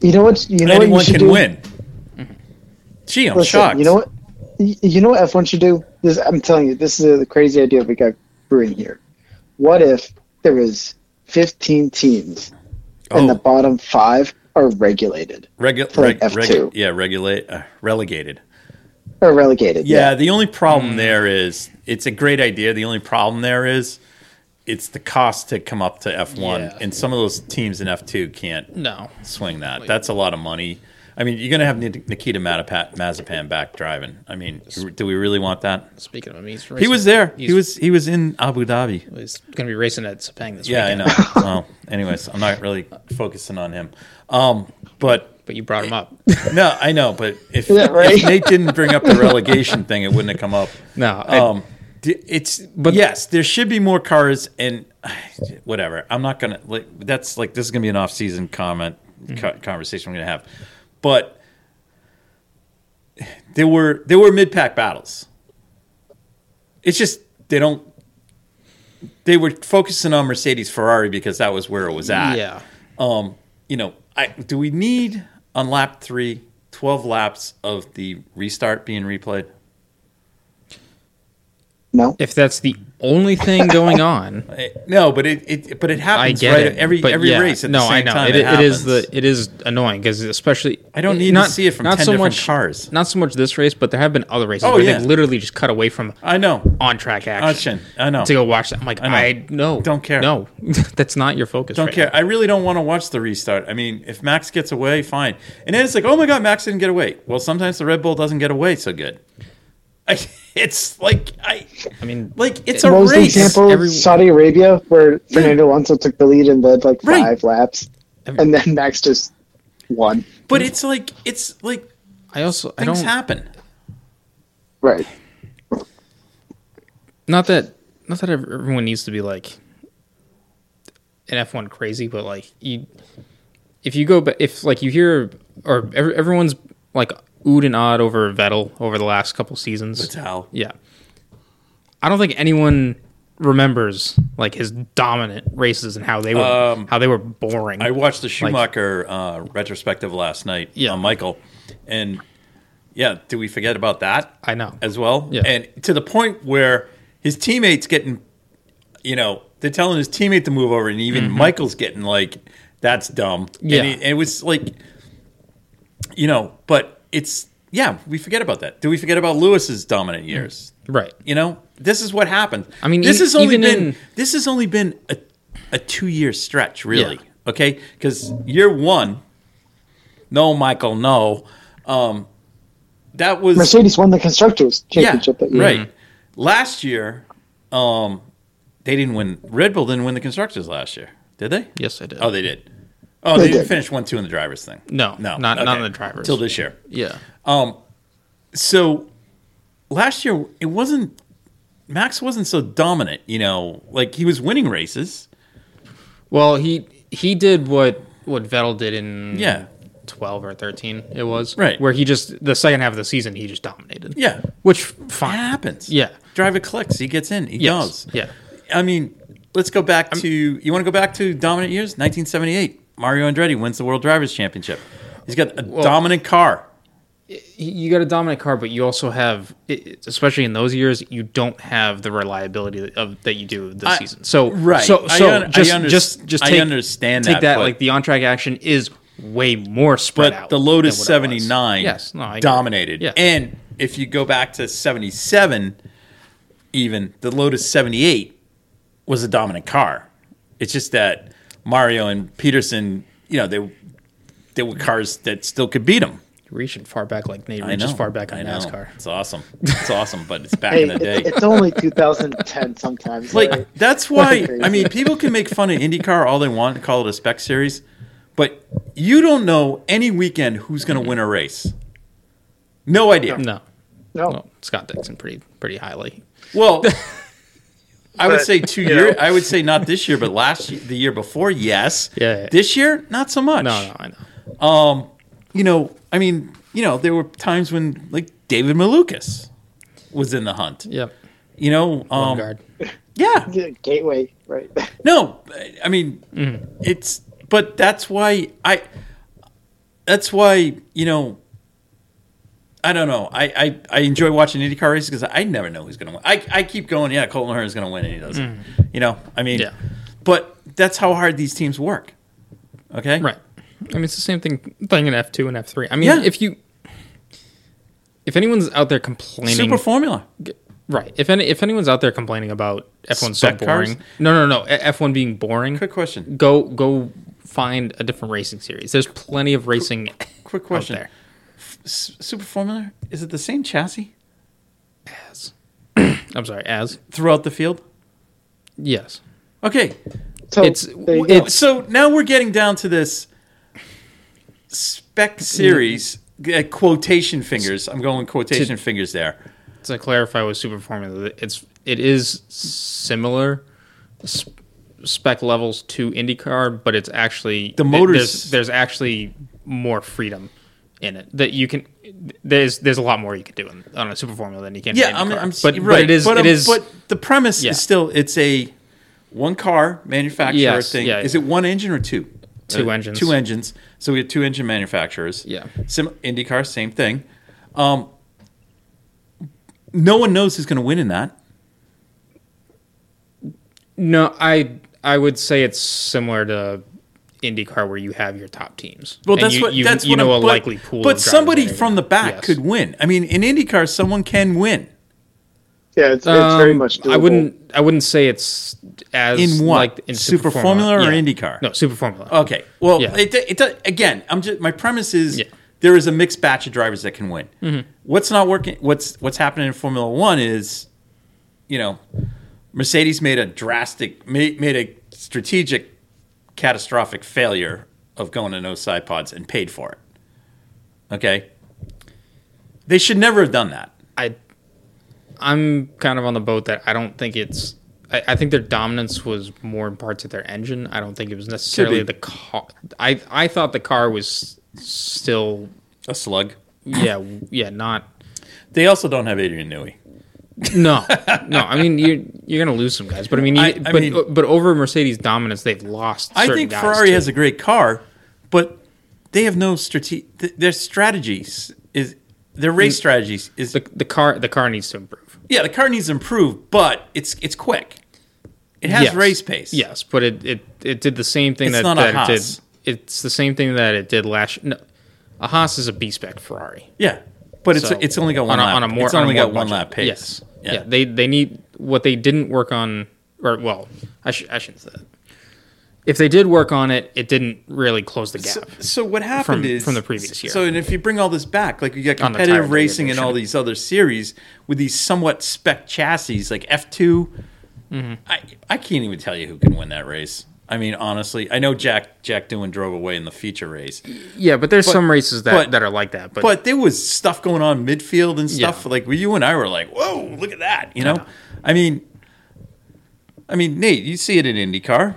Speaker 4: You know what? You know
Speaker 3: anyone
Speaker 4: what you should
Speaker 3: can
Speaker 4: do? Mm-hmm.
Speaker 3: win. Gee, I'm
Speaker 4: Listen,
Speaker 3: shocked.
Speaker 4: you know what? y- You know what F1 should do? This, I'm telling you, this is a crazy idea we got brewing here. What if there was 15 teams and the
Speaker 3: Oh,
Speaker 4: bottom five are regulated
Speaker 3: regu-
Speaker 4: for an
Speaker 3: reg-
Speaker 4: F2.
Speaker 3: regu- yeah, regulate, uh, relegated.
Speaker 4: or relegated?
Speaker 3: Yeah, the only problem
Speaker 1: Hmm.
Speaker 3: there is it's a great idea. The only problem there is it's the cost to come up to F1,
Speaker 1: Yeah.
Speaker 3: and some of those teams in F2 can't
Speaker 1: No.
Speaker 3: swing that. That's a lot of money. I mean, you're going to have Nik- Nikita Matapat, Mazepan back driving. I mean, do we really want that?
Speaker 1: Speaking of him, he's
Speaker 3: He
Speaker 1: racing-
Speaker 3: was there. He
Speaker 1: He's-
Speaker 3: was he was in Abu Dhabi.
Speaker 1: He's gonna be racing at Sepang this
Speaker 3: Yeah, I
Speaker 1: weekend.
Speaker 3: know. well, anyways, I'm not really focusing on him. Um, but
Speaker 1: But you brought him up.
Speaker 3: No, I know, but if,
Speaker 4: Yeah, right?
Speaker 3: if Nate didn't bring up the relegation thing, it wouldn't have come up.
Speaker 1: no. I-
Speaker 3: Um, d- it's but yes, there should be more cars and whatever. I'm not gonna like that's like this is gonna be an off season comment
Speaker 1: Mm-hmm.
Speaker 3: co- conversation we're gonna have, but there were there were mid pack battles. It's just they don't. They were focusing on Mercedes Ferrari because that was where it was at
Speaker 1: yeah.
Speaker 3: um, you know, I, do we need on lap three 12 laps of the restart being replayed?
Speaker 4: No.
Speaker 1: If that's the only thing going on,
Speaker 3: Eh, No, but it, it but it
Speaker 1: I
Speaker 3: happens
Speaker 1: get
Speaker 3: right
Speaker 1: it.
Speaker 3: every
Speaker 1: but
Speaker 3: every
Speaker 1: yeah.
Speaker 3: race at
Speaker 1: no,
Speaker 3: the same
Speaker 1: I know.
Speaker 3: time.
Speaker 1: It, it is the
Speaker 3: happens.
Speaker 1: it is annoying because especially
Speaker 3: I don't need to see it from 10 different cars.
Speaker 1: Not so much this race, but there have been other races
Speaker 3: Oh,
Speaker 1: where
Speaker 3: yeah.
Speaker 1: they've literally just cut away from
Speaker 3: I know.
Speaker 1: on track action.
Speaker 3: Action. I know.
Speaker 1: To go watch that, I'm like,
Speaker 3: I
Speaker 1: I,
Speaker 3: know.
Speaker 1: no,
Speaker 3: Don't care.
Speaker 1: No, that's not your focus.
Speaker 3: Don't
Speaker 1: right
Speaker 3: care.
Speaker 1: now.
Speaker 3: I really don't want to watch the restart. I mean, if Max gets away, fine. And then it's like, oh my god, Max didn't get away. Well, sometimes the Red Bull doesn't get away so good. I, it's like I,
Speaker 1: I mean,
Speaker 3: like it's a
Speaker 4: What was the
Speaker 3: race.
Speaker 4: example?
Speaker 1: Every-
Speaker 4: Saudi Arabia, where Fernando Alonso took the lead and led like
Speaker 3: Right.
Speaker 4: five laps, and then Max just won.
Speaker 3: But it's like it's like
Speaker 1: I also I
Speaker 3: things
Speaker 1: don't
Speaker 3: happen.
Speaker 4: Right.
Speaker 1: not that not that ev- everyone needs to be like an F one crazy, but like you, if you go, ba- if like you hear or every, everyone's like ood and odd over Vettel over the last couple seasons.
Speaker 3: That's how.
Speaker 1: Yeah. I don't think anyone remembers like his dominant races and how they were
Speaker 3: Um,
Speaker 1: how they were boring.
Speaker 3: I watched the Schumacher uh, retrospective last night
Speaker 1: Yeah.
Speaker 3: on Michael, and yeah, do we forget about that?
Speaker 1: I know.
Speaker 3: as well.
Speaker 1: Yeah.
Speaker 3: And to the point where his teammates getting, you know, they're telling his teammate to move over, and even Michael's getting like, "That's dumb."
Speaker 1: Mm-hmm. Yeah.
Speaker 3: and it, it was like, you know, but it's yeah, we forget about that. Do we forget about Lewis's dominant years?
Speaker 1: right.
Speaker 3: You know, this is what happened.
Speaker 1: I mean,
Speaker 3: this
Speaker 1: e-
Speaker 3: has only
Speaker 1: even
Speaker 3: been
Speaker 1: in-
Speaker 3: this has only been a, a two year stretch, really.
Speaker 1: Yeah.
Speaker 3: Okay, because year one, no, Michael, no, um, that was
Speaker 4: Mercedes won the constructors
Speaker 3: yeah,
Speaker 4: championship that year.
Speaker 3: right. Last year, um, they didn't win. Red Bull didn't win the constructors last year, did they?
Speaker 1: Yes, I did.
Speaker 3: Oh, they did. Oh, they,
Speaker 4: They
Speaker 3: didn't
Speaker 4: did.
Speaker 3: finish one two in the drivers thing.
Speaker 1: No,
Speaker 3: no,
Speaker 1: not- not
Speaker 3: okay.
Speaker 1: in the drivers.
Speaker 3: till this year.
Speaker 1: yeah.
Speaker 3: So last year it wasn't Max wasn't so dominant, you know, like he was winning races.
Speaker 1: Well, he he did what what Vettel did in
Speaker 3: Yeah.
Speaker 1: twelve or thirteen. It was
Speaker 3: Right.
Speaker 1: where he just the second half of the season he just dominated.
Speaker 3: Yeah,
Speaker 1: which
Speaker 3: it
Speaker 1: fine.
Speaker 3: happens.
Speaker 1: Yeah.
Speaker 3: driver clicks. He gets in. He
Speaker 1: Yes.
Speaker 3: goes.
Speaker 1: Yeah.
Speaker 3: I mean, let's go back to you want to go back to dominant years, 1978. Mario Andretti wins the World Drivers Championship. He's got a dominant car.
Speaker 1: you got a dominant car, but you also have, especially in those years, you don't have the reliability that- of that you do this
Speaker 3: I-
Speaker 1: season. So
Speaker 3: right.
Speaker 1: so
Speaker 3: I
Speaker 1: so
Speaker 3: un- I
Speaker 1: just,
Speaker 3: under-
Speaker 1: just just
Speaker 3: I
Speaker 1: take,
Speaker 3: understand
Speaker 1: take
Speaker 3: that,
Speaker 1: that.
Speaker 3: but-
Speaker 1: like the on track action is way more spread
Speaker 3: But
Speaker 1: out.
Speaker 3: the
Speaker 1: than
Speaker 3: Lotus
Speaker 1: what it was.
Speaker 3: 79
Speaker 1: yes, no, I agree.
Speaker 3: dominated.
Speaker 1: Yeah.
Speaker 3: And if you go back to 77, even the Lotus 78 was a dominant car. It's just that Mario and Peterson, you know, they they were cars that still could beat them.
Speaker 1: reaching far back like Nate
Speaker 3: I know.
Speaker 1: reaches far back on
Speaker 3: I know.
Speaker 1: NASCAR.
Speaker 3: It's awesome. It's awesome, but it's back
Speaker 4: Hey,
Speaker 3: in the day.
Speaker 4: it's, it's only 2010 sometimes.
Speaker 3: Like
Speaker 4: right?
Speaker 3: that's why
Speaker 4: crazy.
Speaker 3: I mean people can make fun of IndyCar all they want and call it a spec series, but you don't know any weekend who's going to win a race. No idea.
Speaker 1: No,
Speaker 4: no,
Speaker 1: well, Scott Dixon pretty pretty highly.
Speaker 3: Well, I would
Speaker 4: But,
Speaker 3: say two
Speaker 4: you
Speaker 3: years.
Speaker 4: know.
Speaker 3: I would say not this year, but last year, the year before, yes.
Speaker 1: Yeah, yeah.
Speaker 3: This year, not so much.
Speaker 1: No, no, I know.
Speaker 3: Um, you know, I mean, you know, there were times when like David Malukas was in the hunt.
Speaker 1: Yep.
Speaker 3: You know, um,
Speaker 1: Guard.
Speaker 3: yeah.
Speaker 4: Yeah, gateway, right?
Speaker 3: No, I- I mean it's but that's why I that's why, you know, I don't know. I I, I enjoy watching IndyCar races because I never know who's going to win. I, I keep going, yeah, Colton Herr is going to win and he doesn't. You know, I mean,
Speaker 1: Mm. Yeah.
Speaker 3: but that's how hard these teams work. Okay?
Speaker 1: Right. I mean, it's the same thing thing in F two and F three. I mean,
Speaker 3: Yeah.
Speaker 1: if you if anyone's out there complaining,
Speaker 3: Super Formula.
Speaker 1: right? If any if anyone's out there complaining about F one so
Speaker 3: Spec cars?
Speaker 1: boring, no, no, no, F one being boring,
Speaker 3: Quick question.
Speaker 1: go go find a different racing series. There's plenty of racing.
Speaker 3: Quick question.
Speaker 1: there.
Speaker 3: F- S- Super Formula, is it the same chassis
Speaker 1: As, I'm sorry, as
Speaker 3: throughout the field?
Speaker 1: yes,
Speaker 3: Okay.
Speaker 4: So
Speaker 1: It's-
Speaker 4: there you go.
Speaker 1: it's-
Speaker 3: so now we're getting down to this spec series uh, quotation fingers. I'm going quotation fingers there.
Speaker 1: to clarify with Super Formula, it's it is similar sp- spec levels to IndyCar, but it's actually
Speaker 3: The
Speaker 1: th-
Speaker 3: motors-
Speaker 1: There's, there's actually more freedom in it that you can. There's there's a lot more you can do in, on a Super Formula than you can. in
Speaker 3: Yeah, I'm,
Speaker 1: IndyCar.
Speaker 3: I'm
Speaker 1: but,
Speaker 3: right.
Speaker 1: but it is
Speaker 3: but,
Speaker 1: it
Speaker 3: um,
Speaker 1: is
Speaker 3: but the premise
Speaker 1: Yeah.
Speaker 3: is still it's a one car manufacturer
Speaker 1: Yes,
Speaker 3: thing.
Speaker 1: yeah,
Speaker 3: is
Speaker 1: yeah.
Speaker 3: it one engine or two? Uh,
Speaker 1: Two engines.
Speaker 3: Two engines. So we have two engine manufacturers.
Speaker 1: Yeah.
Speaker 3: Sim- IndyCar, same thing. Um, no one knows who's going to win in that.
Speaker 1: no. I I would say it's similar to IndyCar where you have your top teams.
Speaker 3: Well,
Speaker 1: And
Speaker 3: that's
Speaker 1: you,
Speaker 3: what
Speaker 1: you,
Speaker 3: that's
Speaker 1: you
Speaker 3: what
Speaker 1: know
Speaker 3: I'm-
Speaker 1: a
Speaker 3: but-
Speaker 1: likely pool.
Speaker 3: But
Speaker 1: of drivers
Speaker 3: somebody
Speaker 1: that are-
Speaker 3: from the back
Speaker 1: Yes.
Speaker 3: could win. I mean, in IndyCar, someone can win.
Speaker 4: yeah, it's, it's very
Speaker 1: Um,
Speaker 4: much. Doable.
Speaker 1: I wouldn't. I wouldn't say it's as
Speaker 3: In what?
Speaker 1: like in
Speaker 3: Super Formula or IndyCar? Oh.
Speaker 1: No, Super Formula.
Speaker 3: Okay. Well,
Speaker 1: Yeah.
Speaker 3: it, it, does- again, I'm just my premise is
Speaker 1: Yeah. Mm-hmm.
Speaker 3: there is a mixed batch of drivers that can win. What's not working? What's what's happening in Formula One is, you know, Mercedes made a drastic made, made a strategic catastrophic failure of going to no side pods and paid for it. Okay. They should never have done that.
Speaker 1: I, I'm kind of on the boat that I don't think it's. I, I think their dominance was more in parts of their engine. I don't think it was necessarily
Speaker 3: be.
Speaker 1: the car. I I thought the car was still
Speaker 3: A slug.
Speaker 1: yeah yeah not
Speaker 3: They also don't have Adrian Newey.
Speaker 1: no no I mean you you're gonna lose some guys but I mean you,
Speaker 3: I- I
Speaker 1: but
Speaker 3: mean-
Speaker 1: but over Mercedes dominance they've lost
Speaker 3: I
Speaker 1: certain
Speaker 3: think
Speaker 1: guys,
Speaker 3: Ferrari
Speaker 1: too.
Speaker 3: has a great car, but they have no strategy. Th- their strategies is their race strategies is
Speaker 1: Mm. the, the car the car needs to improve
Speaker 3: yeah. The car needs to improve, but it's it's quick. It has
Speaker 1: Yes.
Speaker 3: race pace.
Speaker 1: Yes, but it it, it did the same thing
Speaker 3: It's
Speaker 1: that,
Speaker 3: not a
Speaker 1: that it
Speaker 3: Haas.
Speaker 1: did. It's the same thing that it did last. No, a Haas is a B spec Ferrari.
Speaker 3: yeah. But it's
Speaker 1: So-
Speaker 3: it's only got
Speaker 1: on
Speaker 3: one
Speaker 1: a,
Speaker 3: lap.
Speaker 1: on a more
Speaker 3: it's
Speaker 1: on a
Speaker 3: only
Speaker 1: more
Speaker 3: got one
Speaker 1: budget.
Speaker 3: lap pace.
Speaker 1: Yes.
Speaker 3: Yeah.
Speaker 1: Yeah. They they need what they didn't work on, or well, I sh- I shouldn't say that. If they did work on it, it didn't really close the gap.
Speaker 3: So, so what happened
Speaker 1: From-
Speaker 3: is
Speaker 1: from the previous year.
Speaker 3: So and if you bring all this back, like you got
Speaker 1: On the
Speaker 3: competitive
Speaker 1: tire
Speaker 3: racing and all
Speaker 1: degradation.
Speaker 3: these other series with these somewhat spec chassis, like F 2
Speaker 1: Mm-hmm.
Speaker 3: I I can't even tell you who can win that race. I mean, honestly, I know Jack Jack Doohan drove away in the feature race,
Speaker 1: yeah, but there's some races that,
Speaker 3: but-
Speaker 1: that are like that. But,
Speaker 3: but there was stuff going on midfield and stuff.
Speaker 1: Yeah.
Speaker 3: Like you and I were like, "Whoa, look at that!" You know, I mean, I mean, Nate, you see it in IndyCar.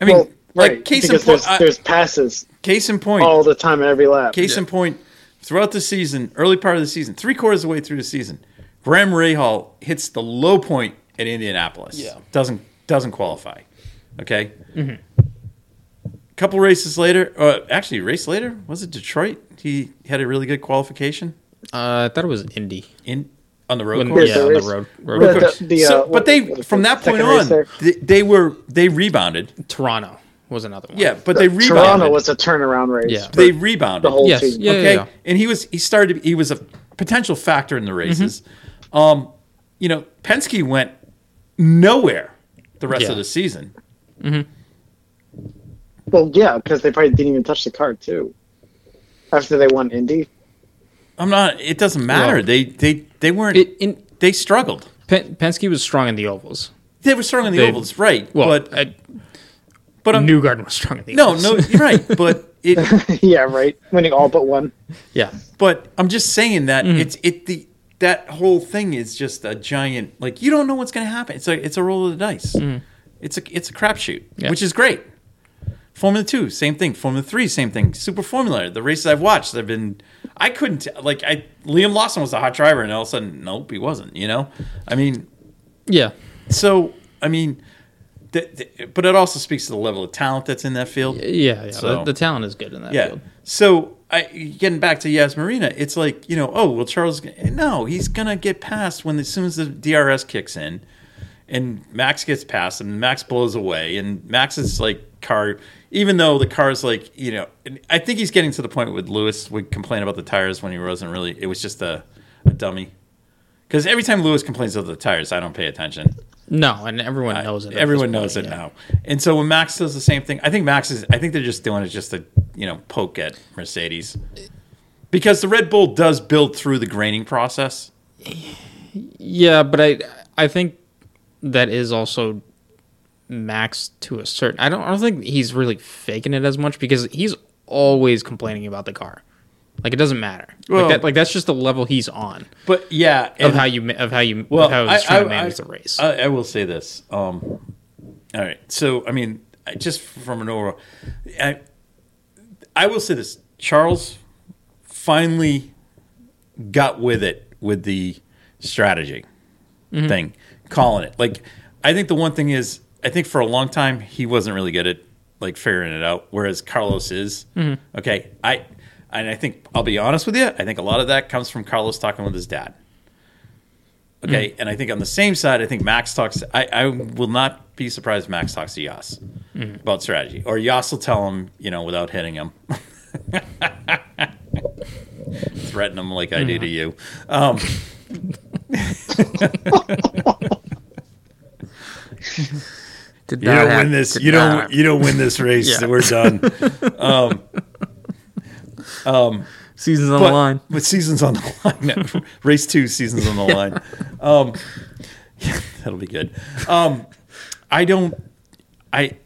Speaker 3: I mean,
Speaker 4: well, right?
Speaker 3: like case in
Speaker 4: because
Speaker 3: point,
Speaker 4: there's, Oh,
Speaker 3: I-
Speaker 4: there's passes
Speaker 3: Case in point.
Speaker 4: all the time at every lap.
Speaker 3: Case in point, throughout the season, early part of the season, three quarters of the way through the season, Graham Rahal hits the low point at Indianapolis.
Speaker 5: Yeah.
Speaker 3: Doesn't doesn't qualify. Okay. Couple races later, uh, actually, a race later was it Detroit? He had a really good qualification
Speaker 1: Uh, I thought it was Indy.
Speaker 3: in on the road
Speaker 1: When,
Speaker 3: course.
Speaker 1: yeah, on the road. road
Speaker 4: the-
Speaker 1: course.
Speaker 4: the- the,
Speaker 3: So-
Speaker 4: uh,
Speaker 3: but they
Speaker 4: what-
Speaker 3: from that
Speaker 4: second
Speaker 3: point
Speaker 4: race
Speaker 3: on,
Speaker 4: there.
Speaker 3: they, they were they rebounded.
Speaker 1: Toronto was another one.
Speaker 3: Yeah, but they rebounded.
Speaker 4: Toronto was a turnaround race.
Speaker 1: Yeah.
Speaker 3: they rebounded.
Speaker 4: The whole
Speaker 1: Yes.
Speaker 4: team.
Speaker 1: Yeah.
Speaker 3: okay and he was he started he was a potential factor in the
Speaker 1: Mm-hmm.
Speaker 3: races um you know penske went nowhere the rest
Speaker 1: Yeah.
Speaker 3: of the season
Speaker 4: Well, yeah, because they probably didn't even touch the car too. After they won Indy,
Speaker 3: i'm not it doesn't matter
Speaker 1: Well,
Speaker 3: they they they weren't
Speaker 1: It, in,
Speaker 3: they struggled
Speaker 1: Pen, Penske was strong in the ovals.
Speaker 3: they were strong in the
Speaker 1: They-
Speaker 3: ovals right
Speaker 1: Well,
Speaker 3: but
Speaker 1: I,
Speaker 3: but i'm
Speaker 1: New Garden was strong in the
Speaker 3: no
Speaker 1: ovals.
Speaker 3: no you're right but it
Speaker 4: yeah, right, winning all but one.
Speaker 1: yeah.
Speaker 3: but i'm just saying that
Speaker 1: Mm-hmm.
Speaker 3: it's it the that whole thing is just a giant like you don't know what's going to happen it's like it's a roll of the dice it's a it's a crapshoot
Speaker 1: Mm-hmm. Yeah.
Speaker 3: which is great formula 2 same thing formula 3 same thing super formula the races i've watched i've been i couldn't tell like i liam lawson was a hot driver and all of a sudden nope he wasn't you know i mean
Speaker 1: Yeah.
Speaker 3: so i mean th- th- but it also speaks to the level of talent that's in that field
Speaker 1: Yeah. yeah.
Speaker 3: So-
Speaker 1: the, the talent is good in that
Speaker 3: yeah.
Speaker 1: field.
Speaker 3: So I getting back to Yas Marina, it's like you know, oh well, Charles. No, he's gonna get passed when as soon as the DRS kicks in, and Max gets past him. Max blows away, and Max's like car, even though the car's like you know, and I think he's getting to the point with Lewis would complain about the tires when he wasn't really. It was just a, a dummy. Because every time Lewis complains about the tires, I don't pay attention.
Speaker 1: No, and everyone knows it. at
Speaker 3: Everyone
Speaker 1: this point,
Speaker 3: knows it
Speaker 1: yeah.
Speaker 3: now. And so when Max does the same thing, I think Max is. I think they're just doing it just to you know poke at Mercedes because the Red Bull does build through the graining process.
Speaker 1: Yeah, but I I think that is also Max to a certain. I don't I don't think he's really faking it as much because he's always complaining about the car. Like it doesn't matter.
Speaker 3: Well-
Speaker 1: like, that, like that's just the level he's on
Speaker 3: But yeah,
Speaker 1: of
Speaker 3: and-
Speaker 1: how you ma- of how you
Speaker 3: well,
Speaker 1: of how he's
Speaker 3: I,
Speaker 1: trying
Speaker 3: I,
Speaker 1: to manage
Speaker 3: I-
Speaker 1: the race.
Speaker 3: I, I will say this. Um, all right, so I mean, I- just from an overall, I, I will say this: Charles finally got with it with the strategy thing, calling it. Like, I think the one thing is, I think for a long time he wasn't really good at like figuring it out, whereas Carlos is. Okay, I and I think I'll be honest with you. I think a lot of that comes from Carlos talking with his dad.
Speaker 1: Mm.
Speaker 3: Okay, and I think on the same side, I think Max talks. I, I will not be surprised if Max talks to Yas
Speaker 1: Mm.
Speaker 3: about strategy, or Yas will tell him, you know, without hitting him, threaten him like I do
Speaker 1: Mm.
Speaker 3: to you. Um,
Speaker 1: Did
Speaker 3: you don't win this. You don't. You don't win this race.
Speaker 1: Yeah.
Speaker 3: We're done.
Speaker 1: Seasons on
Speaker 3: but,
Speaker 1: the line.
Speaker 3: But seasons on the line. No, race two, seasons on the line. Um, yeah, that'll be good. Um, I don't. I.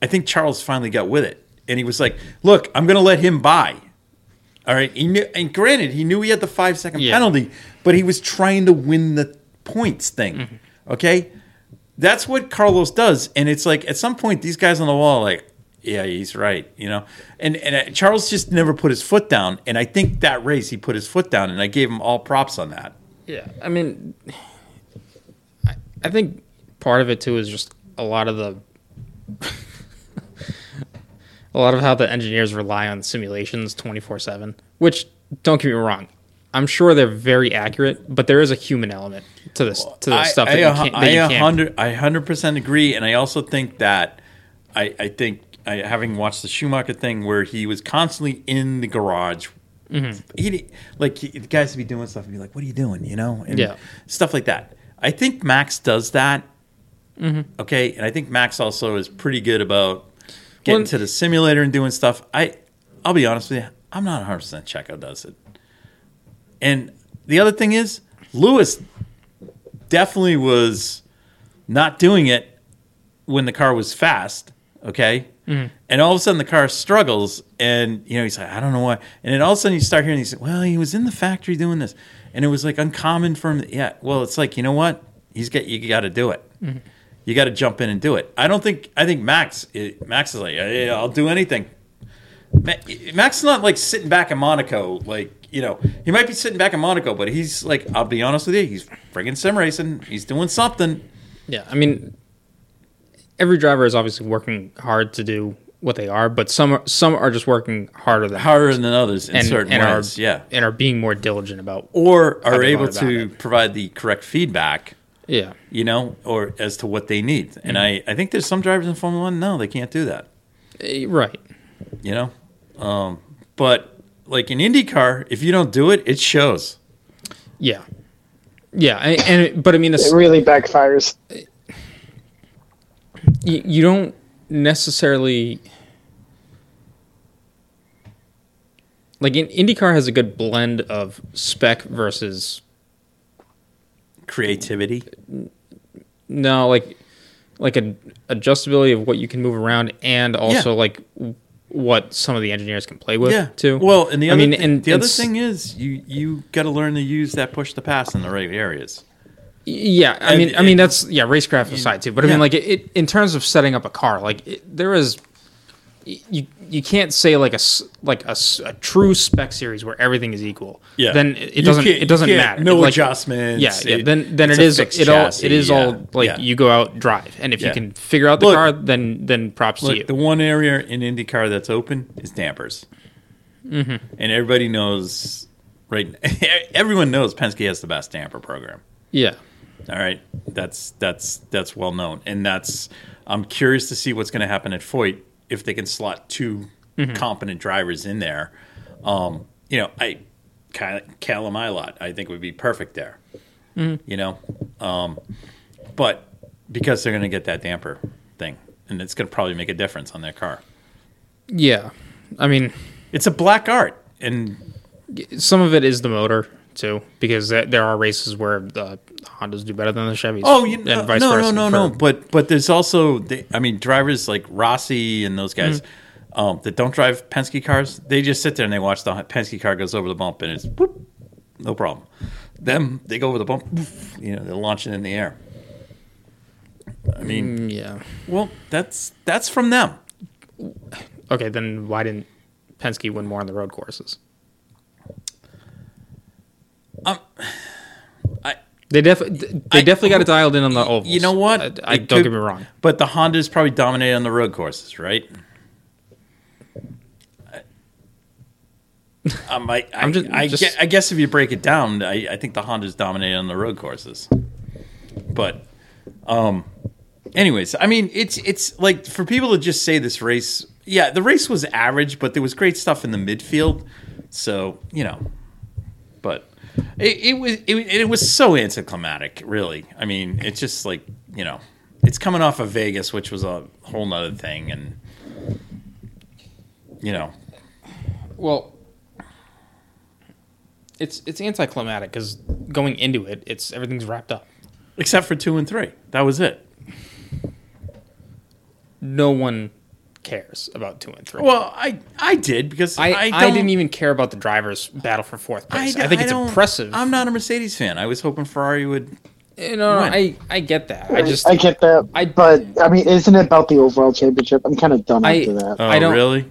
Speaker 3: I think Charles finally got with it, and he was like, "Look, I'm going to let him by." All right. He knew, and granted, he knew he had the five second
Speaker 1: Yeah.
Speaker 3: penalty, but he was trying to win the points thing. Okay. That's what Carlos does. And it's like at some point, these guys on the wall are like, yeah, he's right, you know. And and uh, Charles just never put his foot down. And I think that race he put his foot down, and I gave him all props on that.
Speaker 1: Yeah, I mean, I, I think part of it too is just a lot of the, a lot of how the engineers rely on simulations twenty four seven. Which don't get me wrong, I'm sure they're very accurate, but there is a human element to this to the
Speaker 3: I-
Speaker 1: stuff
Speaker 3: I,
Speaker 1: that
Speaker 3: a-
Speaker 1: you can't. That
Speaker 3: I
Speaker 1: you
Speaker 3: a
Speaker 1: can't
Speaker 3: hundred, I hundred percent agree, and I also think that I, I think I, having watched the Schumacher thing where he was constantly in the garage,
Speaker 1: Mm-hmm.
Speaker 3: he di- like he, the guys would be doing stuff and be like, "What are you doing?" You know, and
Speaker 1: Yeah.
Speaker 3: stuff like that. I think Max does that. Okay, and I think Max also is pretty good about getting
Speaker 1: Well,
Speaker 3: to the simulator and doing stuff. I, I'll be honest with you, I'm not 100 percent Checo does it. And the other thing is, Lewis definitely was not doing it when the car was fast. Okay. And all of a sudden the car struggles and you know, he's like, I don't know why. And then all of a sudden you start hearing these, well, he was in the factory doing this. And it was like uncommon for him. Yeah. Well, it's like, you know what? He's got you gotta do it. You gotta jump in and do it. I don't think I think Max eh, Max is like, yeah, yeah, I'll do anything. Ma- Max's not like sitting back in Monaco. Like you know, he might be sitting back in Monaco, but he's like, I'll be honest with you, he's friggin' sim racing. He's doing something.
Speaker 1: Yeah, I mean, every driver is obviously working hard to do what they are, but some are, some are just working harder than
Speaker 3: harder than others in certain
Speaker 1: and
Speaker 3: ways,
Speaker 1: are,
Speaker 3: yeah,
Speaker 1: and are being more diligent about.
Speaker 3: or are
Speaker 1: they
Speaker 3: able
Speaker 1: learn about
Speaker 3: to provide the correct feedback,
Speaker 1: Yeah,
Speaker 3: you know, or as to what they need. And
Speaker 1: Mm-hmm.
Speaker 3: I, I think there's some drivers in Formula One, no, they can't do that,
Speaker 1: Eh, right.
Speaker 3: you know. Um, but like in IndyCar, if you don't do it, it shows.
Speaker 1: Yeah, yeah, I- and it- but I mean,
Speaker 4: It
Speaker 1: it's,
Speaker 4: really backfires.
Speaker 1: you, you don't necessarily like in, IndyCar has a good blend of spec versus
Speaker 3: Creativity,
Speaker 1: No, like like an adjustability of what you can move around and also
Speaker 3: Yeah.
Speaker 1: like w- what some of the engineers can play with too.
Speaker 3: Well, and the
Speaker 1: I
Speaker 3: other,
Speaker 1: mean,
Speaker 3: thi-
Speaker 1: and-
Speaker 3: the
Speaker 1: and
Speaker 3: other
Speaker 1: s-
Speaker 3: thing is you you got to learn to use that push to pass in the right areas.
Speaker 1: yeah, I
Speaker 3: and-
Speaker 1: mean, I
Speaker 3: and-
Speaker 1: mean that's yeah, racecraft aside too. But I
Speaker 3: yeah.
Speaker 1: mean, like it, it in terms of setting up a car, like it, there is. y- You you can't say like a s- like a, s- a true spec series where everything is equal. Then it, it
Speaker 3: You
Speaker 1: doesn't
Speaker 3: can't-
Speaker 1: it doesn't
Speaker 3: you can't-
Speaker 1: matter.
Speaker 3: No
Speaker 1: Like,
Speaker 3: adjustments.
Speaker 1: Yeah, yeah.
Speaker 3: It-
Speaker 1: Then then
Speaker 3: it's
Speaker 1: it
Speaker 3: a
Speaker 1: is
Speaker 3: fixed
Speaker 1: it all
Speaker 3: chassis,
Speaker 1: it is
Speaker 3: yeah,
Speaker 1: all like
Speaker 3: yeah.
Speaker 1: you go out drive and if
Speaker 3: Yeah.
Speaker 1: you can figure out the
Speaker 3: Look-
Speaker 1: car then then props to you.
Speaker 3: Look, the one area in IndyCar that's open is dampers,
Speaker 1: Mm-hmm.
Speaker 3: and everybody knows. Right, everyone knows Penske has the best damper program.
Speaker 1: yeah.
Speaker 3: All right, that's that's that's well known, and that's I'm curious to see what's going to happen at Foyt if they can slot 2 competent drivers in there. Um, you know, I Callum Ilott I think would be perfect there. You know, um, but because they're going to get that damper thing, and it's going to probably make a difference on their car.
Speaker 1: Yeah. I mean,
Speaker 3: It's a black art, and
Speaker 1: some of it is the motor too, because th- there are races where the Hondas do better than the Chevys.
Speaker 3: Oh, you
Speaker 1: and
Speaker 3: know,
Speaker 1: vice
Speaker 3: no, no,
Speaker 1: versa
Speaker 3: no,
Speaker 1: for-
Speaker 3: no. But but there's also, the, I mean, drivers like Rossi and those guys
Speaker 1: Mm-hmm.
Speaker 3: um, that don't drive Penske cars. They just sit there and they watch the Penske car goes over the bump and it's whoop, no problem. Them they go over the bump, woof, you know, they launch it in the air. I mean,
Speaker 1: mm, yeah.
Speaker 3: well, that's that's from them.
Speaker 1: Okay, then why didn't Penske win more on the road courses?
Speaker 3: Um, I-
Speaker 1: they def- they
Speaker 3: I-
Speaker 1: definitely got it dialed in on the ovals.
Speaker 3: You know what?
Speaker 1: I, I-
Speaker 3: It
Speaker 1: don't
Speaker 3: could-
Speaker 1: get me wrong.
Speaker 3: But the Hondas probably dominate on the road courses, right? I, um, I, I,
Speaker 1: I'm just-
Speaker 3: I,
Speaker 1: just-
Speaker 3: gue- I guess if you break it down, I, I think the Hondas dominate on the road courses. But, um, anyways, I mean, it's it's like for people to just say this race, yeah, the race was average, but there was great stuff in the midfield. So you know, but it, it was it, it was so anticlimactic really i mean it's just like you know it's coming off of vegas which was a whole nother thing and you know
Speaker 1: Well, it's it's anticlimactic because going into it, it's everything's wrapped up.
Speaker 3: except for two and three that was it
Speaker 1: No one cares about two and three.
Speaker 3: well i i did because i
Speaker 1: I, I,
Speaker 3: don't-
Speaker 1: didn't even care about the drivers' battle for fourth place. I, think it's
Speaker 3: don't-
Speaker 1: impressive.
Speaker 3: i'm not a mercedes fan i was hoping ferrari would
Speaker 1: You know,
Speaker 3: Right.
Speaker 1: I, I get that. I just
Speaker 4: I get that.
Speaker 1: I-
Speaker 4: but I mean, isn't it about the overall championship? I'm kind of done
Speaker 1: I-
Speaker 4: after that.
Speaker 3: oh
Speaker 1: I don't-
Speaker 3: really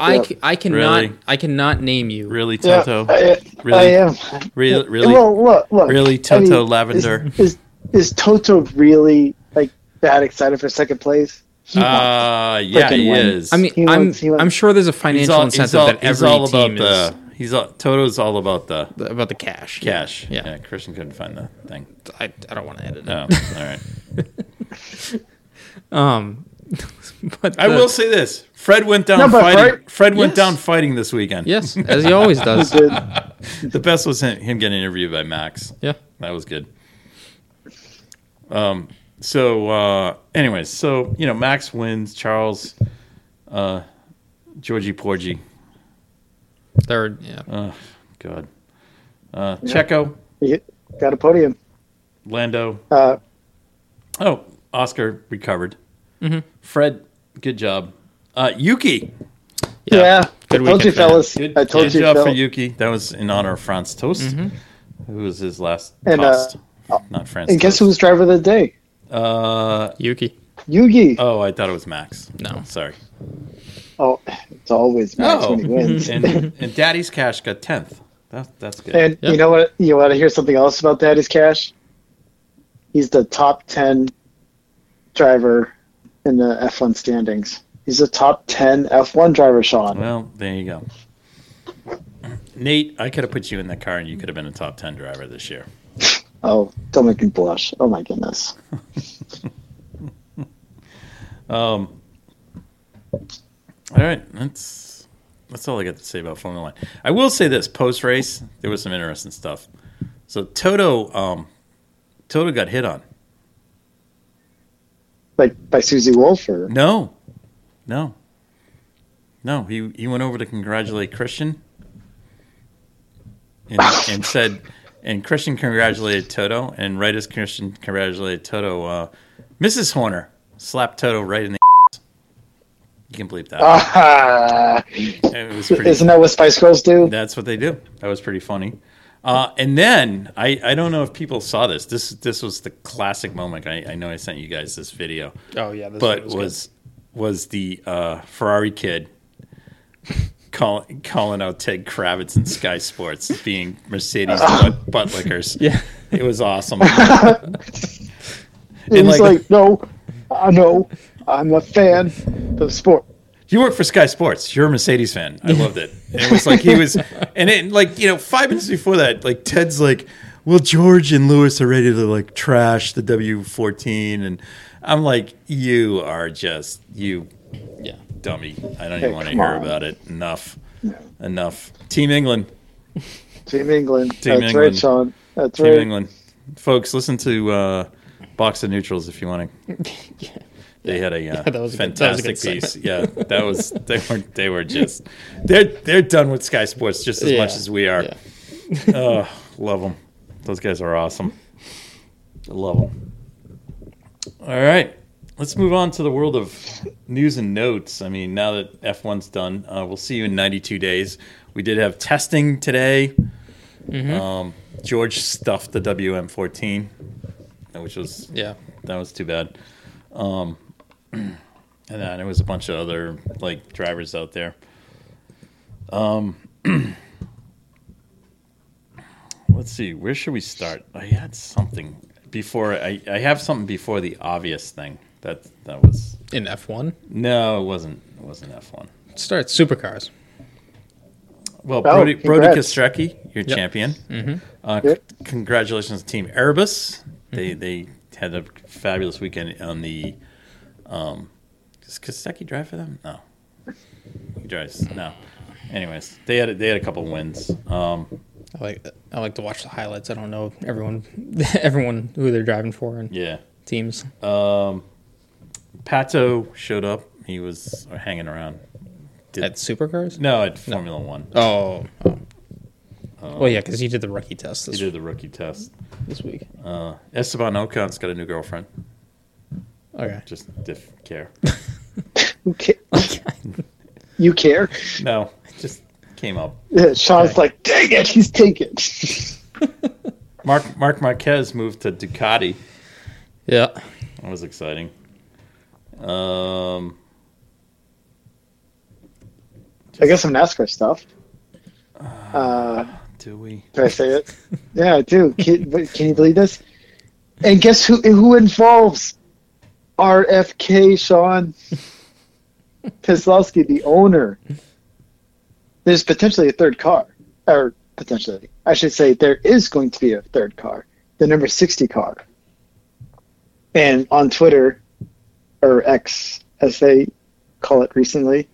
Speaker 1: I,
Speaker 4: Yeah.
Speaker 1: c- I cannot
Speaker 3: Really?
Speaker 1: I cannot name you.
Speaker 3: really
Speaker 4: yeah,
Speaker 3: toto
Speaker 4: I,
Speaker 3: really
Speaker 4: I am.
Speaker 3: really really
Speaker 4: Well, look, look.
Speaker 3: really,
Speaker 4: I
Speaker 3: Toto
Speaker 4: mean, is-
Speaker 3: Lavender?
Speaker 4: Is, is Toto really like that excited for second place? He wants-
Speaker 3: uh yeah
Speaker 4: Freaking
Speaker 3: he
Speaker 4: win.
Speaker 3: is
Speaker 1: I mean,
Speaker 4: He
Speaker 1: I'm
Speaker 4: wants- he wants-
Speaker 1: I'm sure there's a financial incentive that every
Speaker 3: he's all about
Speaker 1: team is
Speaker 3: the he's all, toto's all about the
Speaker 1: the, about the cash.
Speaker 3: Cash.
Speaker 1: Yeah.
Speaker 3: Christian couldn't find the thing.
Speaker 1: I, I don't want to edit it.
Speaker 3: No. All right.
Speaker 1: But
Speaker 3: I
Speaker 1: the-
Speaker 3: will say this: Fred went down
Speaker 4: No, but
Speaker 3: fighting.
Speaker 4: Fred-
Speaker 3: Fred went
Speaker 1: Yes.
Speaker 3: down fighting this weekend.
Speaker 1: Yes, as he always does.
Speaker 4: Dude,
Speaker 3: The best was him, him getting interviewed by Max.
Speaker 1: yeah.
Speaker 3: That was good. Um. So, uh, anyways, so you know, Max wins. Charles, uh, Georgie Porgy.
Speaker 1: Third, yeah.
Speaker 3: Oh, God. Uh, Checo,
Speaker 4: he got a podium.
Speaker 3: Lando.
Speaker 4: Uh,
Speaker 3: Oh, Oscar recovered.
Speaker 1: Mm-hmm.
Speaker 3: Fred, good job. Uh, Yuki.
Speaker 4: yeah.
Speaker 1: Good
Speaker 4: I told you,
Speaker 1: weekend for him.
Speaker 4: fellas.
Speaker 3: Good,
Speaker 4: I told
Speaker 3: good
Speaker 4: you,
Speaker 3: job
Speaker 4: fellas.
Speaker 3: for Yuki. That was in honor of Franz Toast, who was his last
Speaker 4: And, uh,
Speaker 3: toast. Not Franz.
Speaker 4: And guess who was
Speaker 3: Toast.
Speaker 4: driver of the day?
Speaker 3: Uh,
Speaker 1: Yuki.
Speaker 4: Yugi.
Speaker 3: oh, I thought it was Max.
Speaker 1: No.
Speaker 3: sorry.
Speaker 4: Oh, it's always Max
Speaker 3: Oh,
Speaker 4: when he wins.
Speaker 3: and, and Daddy's Cash got tenth. That, that's good.
Speaker 4: And
Speaker 1: Yep.
Speaker 4: you know what? You want to hear something else about Daddy's Cash? He's the top ten driver in the F1 standings. He's the top ten F1 driver, Sean.
Speaker 3: well, there you go. Nate, I could have put you in that car, and you could have been a top ten driver this year.
Speaker 4: Oh, don't make me blush. Oh my goodness.
Speaker 3: Um, all right, that's that's all I got to say about Formula One. I will say this: post race, there was some interesting stuff. So Toto, um, Toto got hit on.
Speaker 4: Like by Susie Wolf or
Speaker 3: No, no, no. He he went over to congratulate Christian, and, and said, and Christian congratulated Toto, and right as Christian congratulated Toto, uh, Mrs. Horner slapped Toto right in the. You can believe that.
Speaker 4: Ah,
Speaker 3: it was pretty.
Speaker 4: isn't that what Spice Girls do?
Speaker 3: That's what they do. That was pretty funny. Uh, and then I, I don't know if people saw this. This this was the classic moment. I, I know I sent you guys this video,
Speaker 1: Oh yeah, this
Speaker 3: but was was, the uh, Ferrari kid call, calling out Ted Kravitz and Sky Sports being Mercedes butt, butt lickers.
Speaker 1: Yeah.
Speaker 3: it was awesome.
Speaker 4: He's
Speaker 3: and
Speaker 4: like,
Speaker 3: like,
Speaker 4: no, I know, I'm a fan of sport.
Speaker 3: you work for Sky Sports. You're a Mercedes fan. I loved it. And it was like he was, and it like you know five minutes before that, like Ted's like, well, George and Lewis are ready to like trash the W14, and I'm like, you are just you,
Speaker 1: Yeah.
Speaker 3: dummy. I don't even want to
Speaker 4: come
Speaker 3: hear
Speaker 4: on.
Speaker 3: about it. Enough, enough. Team England,
Speaker 4: Team England.
Speaker 3: Team
Speaker 4: That's
Speaker 3: England.
Speaker 4: right, Sean. That's
Speaker 3: Team
Speaker 4: right.
Speaker 3: England, folks, listen to uh, Box of Neutrals if you want to. They had a, uh,
Speaker 1: that was a good- that was a
Speaker 3: fantastic
Speaker 1: good
Speaker 3: piece. Yeah, that was they were they were just they're they're done with Sky Sports just as
Speaker 1: Yeah,
Speaker 3: much as we are.
Speaker 1: yeah.
Speaker 3: oh, love them. Those guys are awesome. I love them. All right, let's move on to the world of news and notes. I mean, now that F1's done, uh, we'll see you in 92 days. We did have testing today. Um, George stuffed the WM14, which was
Speaker 1: yeah.
Speaker 3: that was too bad. Um, and then there was a bunch of other like drivers out there. Um, let's see, where should we start? I had something before. I, I have something before the obvious thing. That that was
Speaker 1: In F one,
Speaker 3: no, it wasn't. It wasn't F one.
Speaker 1: start supercars.
Speaker 3: Well,
Speaker 4: Oh,
Speaker 3: Brody, Brody
Speaker 4: congrats.
Speaker 3: Kostrecki, your
Speaker 1: Yep.
Speaker 3: champion. Uh,
Speaker 4: Yep.
Speaker 3: c- congratulations, to Team Erebus. They they had a fabulous weekend on the. Um, does Kostrecki drive for them? No, he drives. No. Anyways, they had a, they had a couple wins. Um,
Speaker 1: I like I like to watch the highlights. I don't know everyone everyone who they're driving for and
Speaker 3: yeah,
Speaker 1: teams.
Speaker 3: Pato showed up. He was hanging around.
Speaker 1: At supercars?
Speaker 3: No, at Formula One,
Speaker 1: Oh. oh. well, yeah, because he did the rookie test
Speaker 3: Um, he
Speaker 1: this,
Speaker 3: did the rookie test.
Speaker 1: this week.
Speaker 3: Uh, Esteban Ocon's got a new girlfriend.
Speaker 1: Okay.
Speaker 3: Just diff care.
Speaker 4: Who ca- you care?
Speaker 3: No, it just came up.
Speaker 4: Sean's like, dang it, he's taken.
Speaker 3: Mark Mark Marquez moved to Ducati.
Speaker 1: Yeah.
Speaker 3: That was exciting. Um,
Speaker 4: I guess some NASCAR stuff. Uh,
Speaker 3: do we?
Speaker 4: did I say it? Yeah, I do. Can, but can you believe this? And guess who who involves RFK, Sean? Kozlowski, the owner. There's potentially a third car. Or potentially. I should say there is going to be a third car. The number 60 car. And on Twitter, or X, as they call it recently,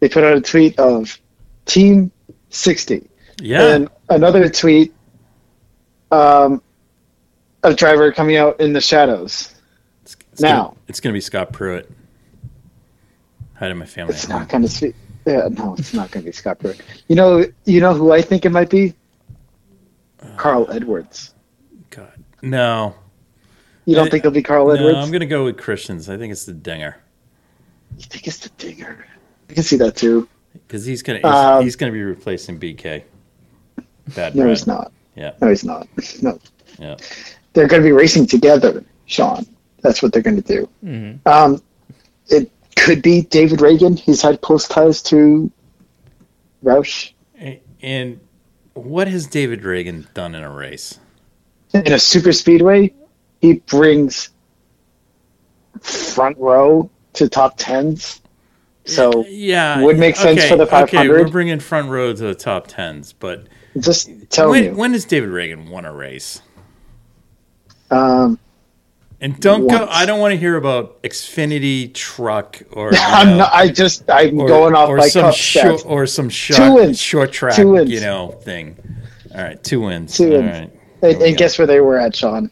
Speaker 4: they put out a tweet of Team 60.
Speaker 3: Yeah,
Speaker 4: And another tweet um, a driver coming out in the shadows.
Speaker 3: it's, it's gonna-
Speaker 4: now.
Speaker 3: it's gonna be Scott Pruitt. Hi to my family.
Speaker 4: It's not going to be. Yeah, no, it's not going to be Scott Pruitt. You know, you know who I think it might be.
Speaker 3: Uh,
Speaker 4: Carl Edwards.
Speaker 3: God, no,
Speaker 4: You don't
Speaker 3: I-
Speaker 4: think it'll be Carl
Speaker 3: no.
Speaker 4: Edwards?
Speaker 3: I'm gonna go with Christians. I think it's the Dinger
Speaker 4: You think it's the dinger? I can see that too.
Speaker 3: because he's gonna he's,
Speaker 4: Um,
Speaker 3: he's gonna be replacing BK. Bad
Speaker 4: No,
Speaker 3: Brad.
Speaker 4: he's not.
Speaker 3: Yeah,
Speaker 4: No, he's not. No,
Speaker 3: yeah.
Speaker 1: Mm-hmm.
Speaker 4: they're going to be racing together, Sean. That's what they're going to do. Um, it could be David Reagan. He's had close ties to Roush
Speaker 3: A- And what has David Reagan done in a race?
Speaker 4: in a super speedway. He brings front row to top tens. So
Speaker 3: Yeah,
Speaker 4: Would make sense
Speaker 3: okay,
Speaker 4: for the
Speaker 3: Okay, we're
Speaker 4: 500.
Speaker 3: bringing front row to the top tens, but
Speaker 4: just tell
Speaker 3: when,
Speaker 4: you,
Speaker 3: when has David Reagan won a race?
Speaker 4: um,
Speaker 3: And don't go.
Speaker 4: Once.
Speaker 3: I don't want to hear about Xfinity truck or you
Speaker 4: I'm
Speaker 3: know,
Speaker 4: not, I just I'm
Speaker 3: or-
Speaker 4: going off
Speaker 3: or
Speaker 4: my
Speaker 3: some
Speaker 4: cup
Speaker 3: short
Speaker 4: stats.
Speaker 3: or some
Speaker 4: Two
Speaker 3: short
Speaker 4: wins.
Speaker 3: short track
Speaker 4: Two wins.
Speaker 3: you know thing. All right, two wins.
Speaker 4: Two
Speaker 3: All
Speaker 4: wins.
Speaker 3: right.
Speaker 4: And, and guess where they were at, Sean?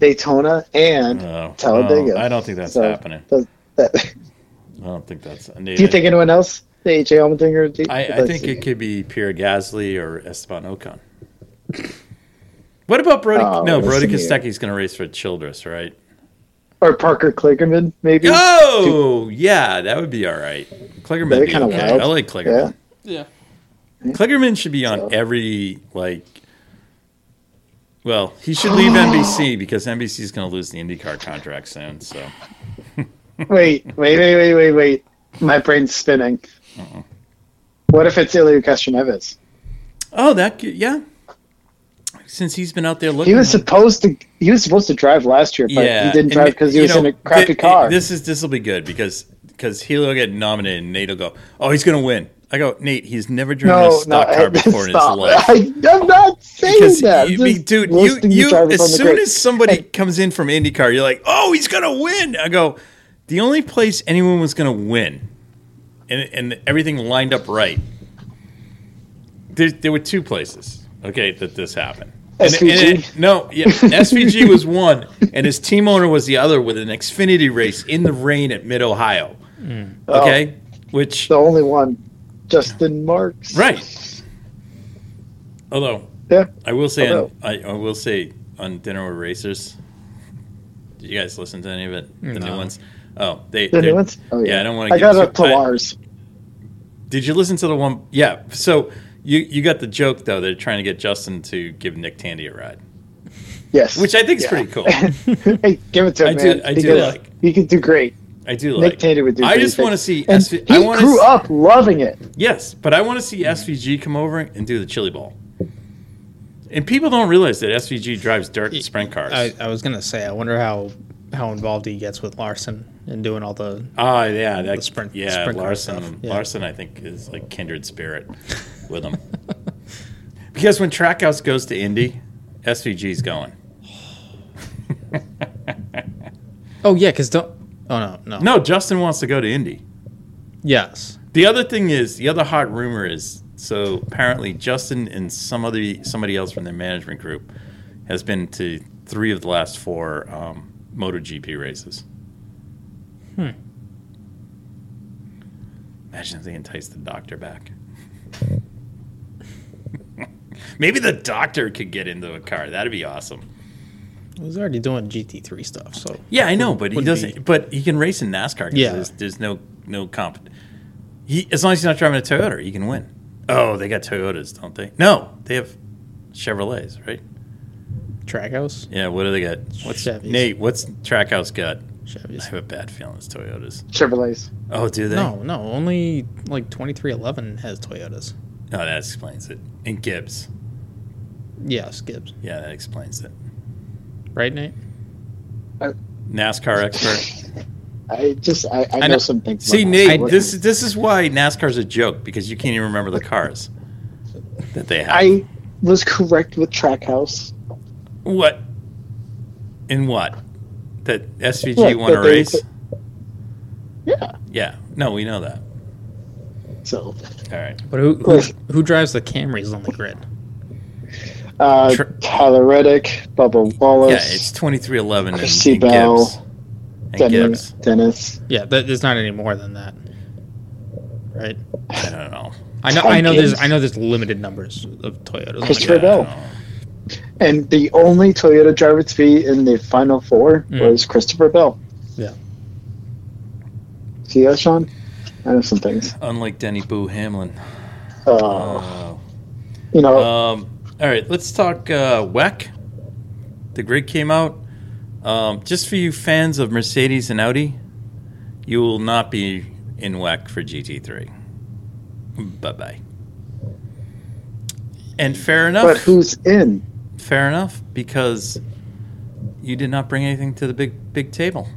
Speaker 4: Daytona and
Speaker 3: Oh,
Speaker 4: Talladega.
Speaker 3: no, I don't think that's
Speaker 4: So,
Speaker 3: happening.
Speaker 4: does that-
Speaker 3: I don't think that's.
Speaker 4: do you think anyone else? AJ Allmendinger? Do-
Speaker 3: I, I
Speaker 4: let's
Speaker 3: think
Speaker 4: see.
Speaker 3: it could be Pierre Gasly or Esteban Ocon. What about Brody?
Speaker 4: Oh,
Speaker 3: no, Brody
Speaker 4: listen to you.
Speaker 3: Kosteki's going to race for Childress, right?
Speaker 4: or Parker Kligerman maybe.
Speaker 3: Oh, yeah, that would be all right. Kligerman
Speaker 4: That'd
Speaker 3: would
Speaker 4: be
Speaker 3: be
Speaker 4: kinda
Speaker 3: okay.
Speaker 4: wild.
Speaker 3: I like
Speaker 4: Yeah.
Speaker 3: Kligerman.
Speaker 1: Yeah.
Speaker 3: Kligerman should be on every like. Well, he should leave NBC because NBC is going to lose the IndyCar contract soon. So
Speaker 4: Wait, wait, wait, wait, wait, wait. My brain's spinning.
Speaker 3: Uh-uh.
Speaker 4: What if it's Ilya Kastronevis?
Speaker 3: Oh, that could- yeah. Since he's been out there looking,
Speaker 4: He was supposed to. He was supposed to drive last year, but he didn't
Speaker 3: and
Speaker 4: drive
Speaker 3: ma-
Speaker 4: because he
Speaker 3: you
Speaker 4: was in
Speaker 3: know,
Speaker 4: a crappy
Speaker 3: thi-
Speaker 4: car.
Speaker 3: This is this will be good because because he'll get nominated and Nate will go, oh, he's gonna win. I go, Nate, he's never driven a
Speaker 4: no, no,
Speaker 3: stock car before in his
Speaker 4: stop.
Speaker 3: life.
Speaker 4: I, am not saying
Speaker 3: Because
Speaker 4: that.
Speaker 3: you-
Speaker 4: I'm
Speaker 3: me-
Speaker 4: just
Speaker 3: dude, you,
Speaker 4: listing the
Speaker 3: you
Speaker 4: drivers on
Speaker 3: as
Speaker 4: the
Speaker 3: soon
Speaker 4: grid.
Speaker 3: as somebody comes in from IndyCar, you're like, oh, he's gonna win. I go, the only place anyone was gonna win, and and everything lined up right. There, there were two places, okay, that this happened. And- and
Speaker 4: SVG?
Speaker 3: it- no, yeah, SVG was one, and his team owner was the other with an Xfinity race in the rain at Mid Ohio. Okay, which
Speaker 4: Oh, the only one, Justin Marks.
Speaker 3: right. Although
Speaker 4: Yeah.
Speaker 3: I will say,
Speaker 4: Hello.
Speaker 3: on, I, I will say on Dinner with Racers. Did you guys listen to any of it? The new
Speaker 1: No.
Speaker 3: ones. Oh, they.
Speaker 4: The
Speaker 3: they're-
Speaker 4: new ones. Oh yeah.
Speaker 3: yeah, I don't wanna
Speaker 4: I
Speaker 3: get
Speaker 4: got
Speaker 3: too-
Speaker 4: up to
Speaker 3: I-
Speaker 4: Lars.
Speaker 3: Did you listen to the one? Yeah. So you you got the joke though. They're trying to get Justin to give Nick Tandy a ride,
Speaker 4: Yes.
Speaker 3: which I think is pretty cool. I
Speaker 4: hey, give it to
Speaker 3: I
Speaker 4: him,
Speaker 3: do-
Speaker 4: man.
Speaker 3: I
Speaker 4: He
Speaker 3: do
Speaker 4: could-
Speaker 3: like-
Speaker 4: He could do great.
Speaker 3: do like.
Speaker 4: Nick Tandy would do.
Speaker 3: I
Speaker 4: great
Speaker 3: just
Speaker 4: things.
Speaker 3: want to see.
Speaker 4: And
Speaker 3: SV,
Speaker 4: he
Speaker 3: I want
Speaker 4: grew
Speaker 3: to,
Speaker 4: up loving it.
Speaker 3: Yes, but I want to see SVG come over and do the chili ball. And people don't realize that SVG drives dirt and sprint cars.
Speaker 1: I, I was gonna say, I wonder how how involved he gets with Larson and doing all the.
Speaker 3: Oh yeah, that's
Speaker 1: sprint-
Speaker 3: yeah.
Speaker 1: sprint car stuff,
Speaker 3: Larson,
Speaker 1: yeah.
Speaker 3: Larson, I think is like kindred spirit with him. because when Trackhouse goes to Indy, SVG's going.
Speaker 1: Oh yeah, because don't. Oh no, no.
Speaker 3: No, Justin wants to go to Indy.
Speaker 1: Yes.
Speaker 3: The other thing is, the other hot rumor is so apparently Justin and some other somebody else from their management group has been to three of the last four um, MotoGP races. Hmm. Imagine if they entice the doctor back. Maybe the doctor could get into a car. That'd be awesome.
Speaker 1: He was already doing GT3 stuff, so
Speaker 3: Yeah, I know, but he
Speaker 1: Wouldn't
Speaker 3: doesn't.
Speaker 1: be-
Speaker 3: But he can race in NASCAR. 'cause
Speaker 1: Yeah.
Speaker 3: there's, there's no no comp. He as long as he's not driving a Toyota, he can win. Oh, they got Toyotas, don't they? No, they have Chevrolets, right?
Speaker 1: Trackhouse.
Speaker 3: Yeah. What do they got? What's
Speaker 1: Chevys.
Speaker 3: Nate? What's Trackhouse got? I
Speaker 1: Chevy's.
Speaker 3: have a bad feeling it's Toyotas.
Speaker 4: Chevrolets.
Speaker 3: Oh, do they?
Speaker 1: No, no, only like 2311 has Toyotas.
Speaker 3: No, Oh, that explains it. And Gibbs.
Speaker 1: Yes, Gibbs.
Speaker 3: Yeah, that explains it.
Speaker 1: Right, Nate?
Speaker 3: NASCAR expert.
Speaker 4: I just I, I, know,
Speaker 1: know-
Speaker 4: some things.
Speaker 3: See,
Speaker 4: about
Speaker 3: Nate,
Speaker 4: that.
Speaker 3: this this is why NASCAR's a joke because you can't even remember the cars that they have.
Speaker 4: I was correct with Trackhouse.
Speaker 3: What? In what? That SVG
Speaker 4: Yeah,
Speaker 3: won a
Speaker 4: that they-
Speaker 3: race?
Speaker 4: Yeah.
Speaker 3: Yeah. No, we know that.
Speaker 4: So
Speaker 3: All right.
Speaker 1: But who who, who drives the Camrys on the grid?
Speaker 4: uh,
Speaker 3: Tr-
Speaker 4: Tyler Reddick, Bubba
Speaker 3: Yeah,
Speaker 4: Wallace,
Speaker 3: it's 2311 and,
Speaker 4: Chrissy
Speaker 3: and
Speaker 4: Bell,
Speaker 3: Gibbs. And
Speaker 4: Dennis.
Speaker 3: Gibbs.
Speaker 4: Dennis.
Speaker 1: Yeah, th there's not any more than that, right?
Speaker 3: I don't know.
Speaker 1: I know, I know. There's,
Speaker 4: Gibbs.
Speaker 1: I know. There's limited numbers of Toyotas. on the
Speaker 4: Christopher
Speaker 1: grid.
Speaker 3: I don't
Speaker 4: Bell.
Speaker 3: know.
Speaker 4: And the only Toyota driver to be in the final four
Speaker 1: Mm.
Speaker 4: was Christopher Bell.
Speaker 1: Yeah.
Speaker 4: See that, Sean? I know some things.
Speaker 3: Unlike Denny Boo Hamlin.
Speaker 4: Uh,
Speaker 3: Oh.
Speaker 4: you know,
Speaker 3: Um, all right, let's talk uh, WEC. The grid came out. Um, just for you fans of Mercedes and Audi, you will not be in WEC for GT3. Bye bye. And fair enough.
Speaker 4: But who's in?
Speaker 3: Fair enough, because you did not bring anything to the big big table.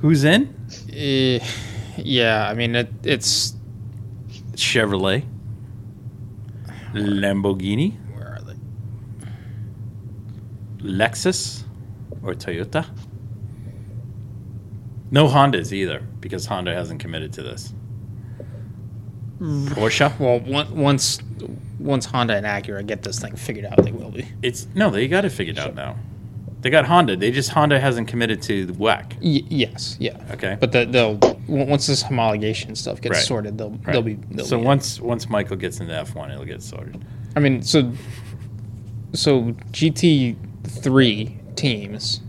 Speaker 3: Who's in?
Speaker 1: Eh, yeah, I mean it, it's
Speaker 3: Chevrolet, Lamborghini,
Speaker 1: where are they?
Speaker 3: Lexus, or Toyota. No Hondas either, because Honda hasn't committed to this. Porsche.
Speaker 1: Well, one, once once Honda and Acura get this thing figured out, they will be.
Speaker 3: It's no, they got it figured out now. They got Honda. They just Honda hasn't committed to the WEC.
Speaker 1: Y- yes, yeah.
Speaker 3: Okay.
Speaker 1: But the, they'll w- once this homologation stuff gets
Speaker 3: Right.
Speaker 1: sorted, they'll
Speaker 3: Right.
Speaker 1: they'll be. They'll
Speaker 3: so
Speaker 1: be in.
Speaker 3: once once Michael gets into F one, it'll get sorted.
Speaker 1: I mean, so so GT three teams.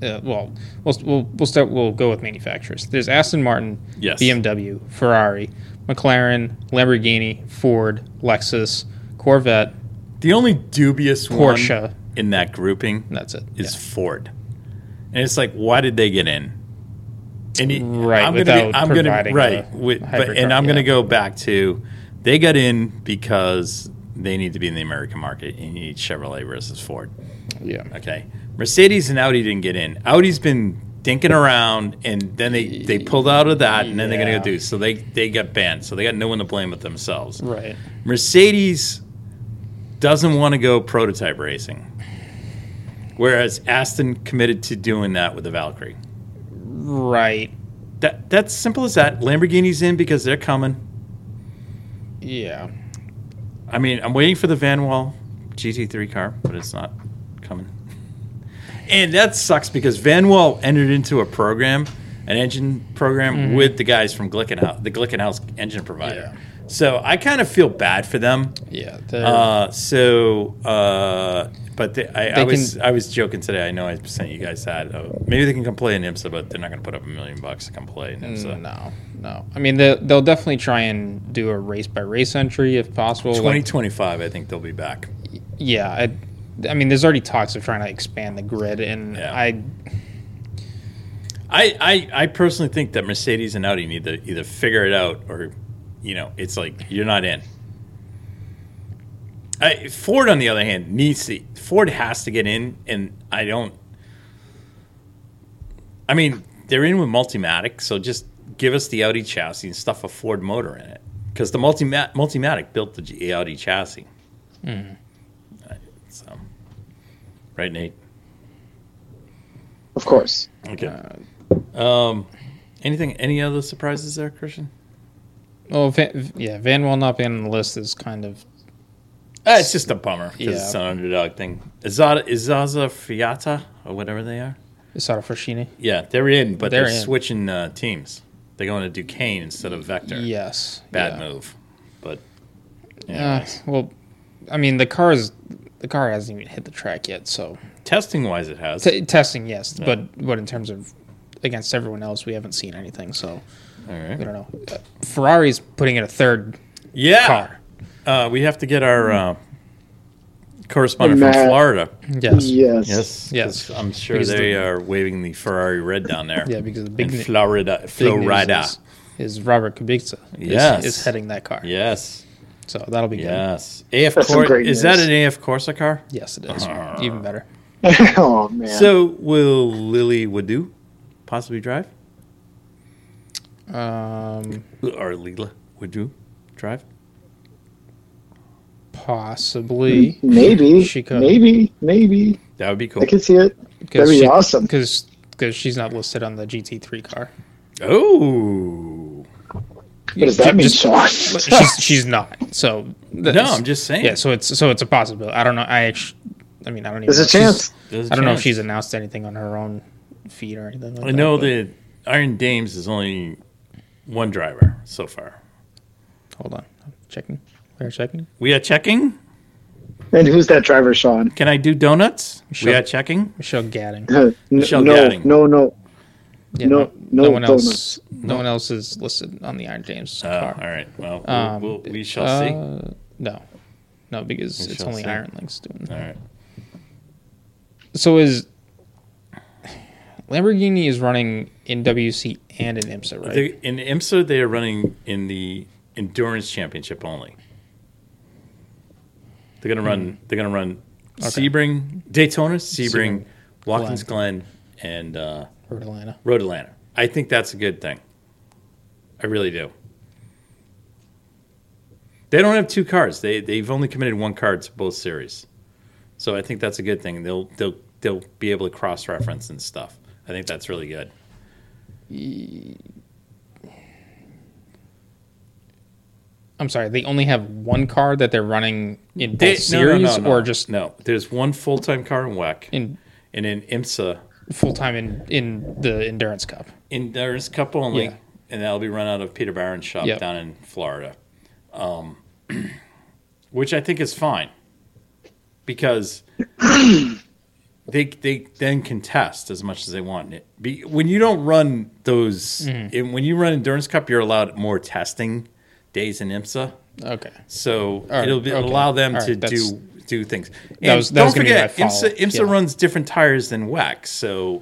Speaker 1: Uh, well, we'll we'll we'll start. We'll go with manufacturers. There's Aston Martin,
Speaker 3: Yes.
Speaker 1: BMW, Ferrari, McLaren, Lamborghini, Ford, Lexus, Corvette,
Speaker 3: The only dubious
Speaker 1: Porsche.
Speaker 3: one in that grouping
Speaker 1: and that's it.
Speaker 3: is Ford, and it's like, why did they get in? And it-
Speaker 1: Right,
Speaker 3: I'm gonna be,
Speaker 1: without
Speaker 3: I'm gonna
Speaker 1: providing
Speaker 3: right,
Speaker 1: a
Speaker 3: with, but, and
Speaker 1: hypercar,
Speaker 3: I'm
Speaker 1: yeah.
Speaker 3: gonna go back to they got in because they need to be in the American market, and you need Chevrolet versus Ford.
Speaker 1: yeah. yeah.
Speaker 3: Okay. Mercedes and Audi didn't get in. Audi's been dinking around, and then they, they pulled out of that, and then they're going
Speaker 1: Yeah.
Speaker 3: to go do. So they, they got banned. So they got no one to blame but themselves.
Speaker 1: Right.
Speaker 3: Mercedes doesn't want to go prototype racing, whereas Aston committed to doing that with the Valkyrie.
Speaker 1: Right.
Speaker 3: That, that's simple as that. Lamborghini's in because they're coming.
Speaker 1: Yeah.
Speaker 3: I mean, I'm waiting for the Van Wall GT3 car, but it's not coming. And that sucks because Van Wall entered into a program, an engine program with the guys from Glickenhaus, the Glickenhaus engine provider. So I kind of feel bad for them.
Speaker 1: Yeah. they're-
Speaker 3: Uh, so, uh, but they, I, I
Speaker 1: They
Speaker 3: was
Speaker 1: can-
Speaker 3: I was joking today. I know I sent you guys that. Uh, maybe they can come play in IMSA, but they're not going to put up a million bucks to come play in IMSA.
Speaker 1: mm, no. No. I mean, they they'll definitely try and do a race by race entry if possible. like-
Speaker 3: 2025, I think they'll be back.
Speaker 1: yeah. I, I mean, there's already talks of trying to expand the grid, and
Speaker 3: Yeah.
Speaker 1: I
Speaker 3: I, I, I personally think that Mercedes and Audi need to either figure it out or, you know, it's like you're not in. I, Ford, on the other hand, needs to. Ford has to get in, and I don't. I mean, they're in with Multimatic, so just give us the Audi chassis and stuff a Ford motor in it, because the Multima- Multimatic built the G- Audi chassis. So, right, Nate.
Speaker 4: Of course.
Speaker 3: Okay.
Speaker 1: uh,
Speaker 3: um, anything? Any other surprises there, Christian?
Speaker 1: well, Van, yeah, Van will not being on the list is kind of
Speaker 3: Uh, it's just a bummer because
Speaker 1: Yeah.
Speaker 3: it's an underdog thing. Izada, Izaza Fiata or whatever they are.
Speaker 1: Sara Frashini.
Speaker 3: Yeah, they're in, but they're,
Speaker 1: They're in.
Speaker 3: switching uh, teams. They're going to Duquesne instead of Vector.
Speaker 1: Yes.
Speaker 3: Bad
Speaker 1: yeah.
Speaker 3: move, but
Speaker 1: Uh, well, I mean, the car is the car hasn't even hit the track yet, so
Speaker 3: testing wise, it has.
Speaker 1: T- testing, yes, but but in terms of against everyone else, we haven't seen anything, so
Speaker 3: All
Speaker 1: we
Speaker 3: right.
Speaker 1: don't know. Uh, Ferrari's putting in a third
Speaker 3: Yeah,
Speaker 1: car.
Speaker 3: uh, we have to get our uh, correspondent from
Speaker 4: Matt.
Speaker 3: Florida.
Speaker 1: Yes.
Speaker 4: Yes.
Speaker 3: Yes,
Speaker 1: Yes.
Speaker 3: 'cause I'm sure
Speaker 1: Because
Speaker 3: they are waving the Ferrari red down there.
Speaker 1: Yeah, because the
Speaker 3: in
Speaker 1: big, big
Speaker 3: Florida,
Speaker 1: news
Speaker 3: Florida.
Speaker 1: Is, is Robert Kubica is-
Speaker 3: Yes.
Speaker 1: is, heading that car.
Speaker 3: Yes.
Speaker 1: So that'll be good.
Speaker 3: Yes. AF
Speaker 4: That's some
Speaker 3: Cor-
Speaker 4: great
Speaker 3: is that
Speaker 4: news.
Speaker 3: an AF Corsa car?
Speaker 1: Yes, it is.
Speaker 3: Uh-huh.
Speaker 1: Even better.
Speaker 4: oh man.
Speaker 3: So will Lily Wadu possibly drive?
Speaker 1: Um,
Speaker 3: Or Lila Wadu drive?
Speaker 1: possibly
Speaker 4: maybe.
Speaker 1: She could.
Speaker 4: Maybe. Maybe.
Speaker 3: That would be cool.
Speaker 4: I could see it.
Speaker 1: because
Speaker 4: That'd be awesome.
Speaker 1: because she's not listed on the GT3 car.
Speaker 3: Oh.
Speaker 4: What does that mean,
Speaker 1: Just-
Speaker 4: Sean?
Speaker 1: But she's she's not. So th-
Speaker 3: No, I'm just saying.
Speaker 1: yeah. So it's so it's a possibility. I don't know. I actually, I mean, I don't even.
Speaker 4: There's
Speaker 1: know
Speaker 4: a
Speaker 1: if she's-
Speaker 4: chance.
Speaker 3: There's a
Speaker 1: I don't know if
Speaker 3: chance.
Speaker 1: she's announced anything on her own feed or anything. Like
Speaker 3: I know
Speaker 1: that, but-
Speaker 3: that Iron Dames is only one driver so far.
Speaker 1: Hold on, I'm checking. We're checking.
Speaker 3: We are checking.
Speaker 4: And who's that driver, Sean?
Speaker 3: Can I do donuts? We
Speaker 1: Sure.
Speaker 3: are checking.
Speaker 1: Michelle Gadding.
Speaker 4: N-
Speaker 3: Michelle
Speaker 4: no,
Speaker 3: Gadding.
Speaker 4: no, no.
Speaker 1: Yeah,
Speaker 4: No- no
Speaker 1: one else.
Speaker 4: donuts.
Speaker 1: No one else is listed on the Iron James
Speaker 3: Uh,
Speaker 1: car.
Speaker 3: all right. Well, we'll-
Speaker 1: Um,
Speaker 3: we'll, we shall see. All
Speaker 1: Uh, no, no, because it's
Speaker 3: shall
Speaker 1: only
Speaker 3: see.
Speaker 1: Iron Link's doing. that.
Speaker 3: right.
Speaker 1: So is Lamborghini is running in WC and in IMSA, right?
Speaker 3: They, in IMSA, they are running in the endurance championship only. They're gonna
Speaker 1: Hmm.
Speaker 3: run. They're gonna run Sebring, Daytona, Sebring,
Speaker 1: Sebring,
Speaker 3: Watkins Glen, and uh,
Speaker 1: Or Atlanta.
Speaker 3: Road Atlanta. I think that's a good thing. I really do. They don't have two cars. They they've only committed one car to both series, so I think that's a good thing. They'll they'll they'll be able to cross reference and stuff. I think that's really good.
Speaker 1: I'm sorry, they only have one car that they're running in both
Speaker 3: They- no, no,
Speaker 1: series,
Speaker 3: no, no.
Speaker 1: or just
Speaker 3: no. There's one full time car in WEC,
Speaker 1: in
Speaker 3: and in IMSA
Speaker 1: full time in in the endurance cup.
Speaker 3: endurance cup only,
Speaker 1: Yeah.
Speaker 3: and that'll be run out of Peter Barron's shop
Speaker 1: Yep.
Speaker 3: down in Florida, um, which I think is fine because they they then contest as much as they want. It be, when you don't run those,
Speaker 1: Mm-hmm.
Speaker 3: and when you run endurance cup, you're allowed more testing days in IMSA,
Speaker 1: Okay,
Speaker 3: so
Speaker 1: right,
Speaker 3: it'll be,
Speaker 1: okay.
Speaker 3: allow them
Speaker 1: All
Speaker 3: to
Speaker 1: right, that's-
Speaker 3: do do things. And
Speaker 1: was- that was
Speaker 3: don't
Speaker 1: gonna be my
Speaker 3: forget, IMSA,
Speaker 1: follow-up,
Speaker 3: IMSA
Speaker 1: yeah.
Speaker 3: runs different tires than WEC, so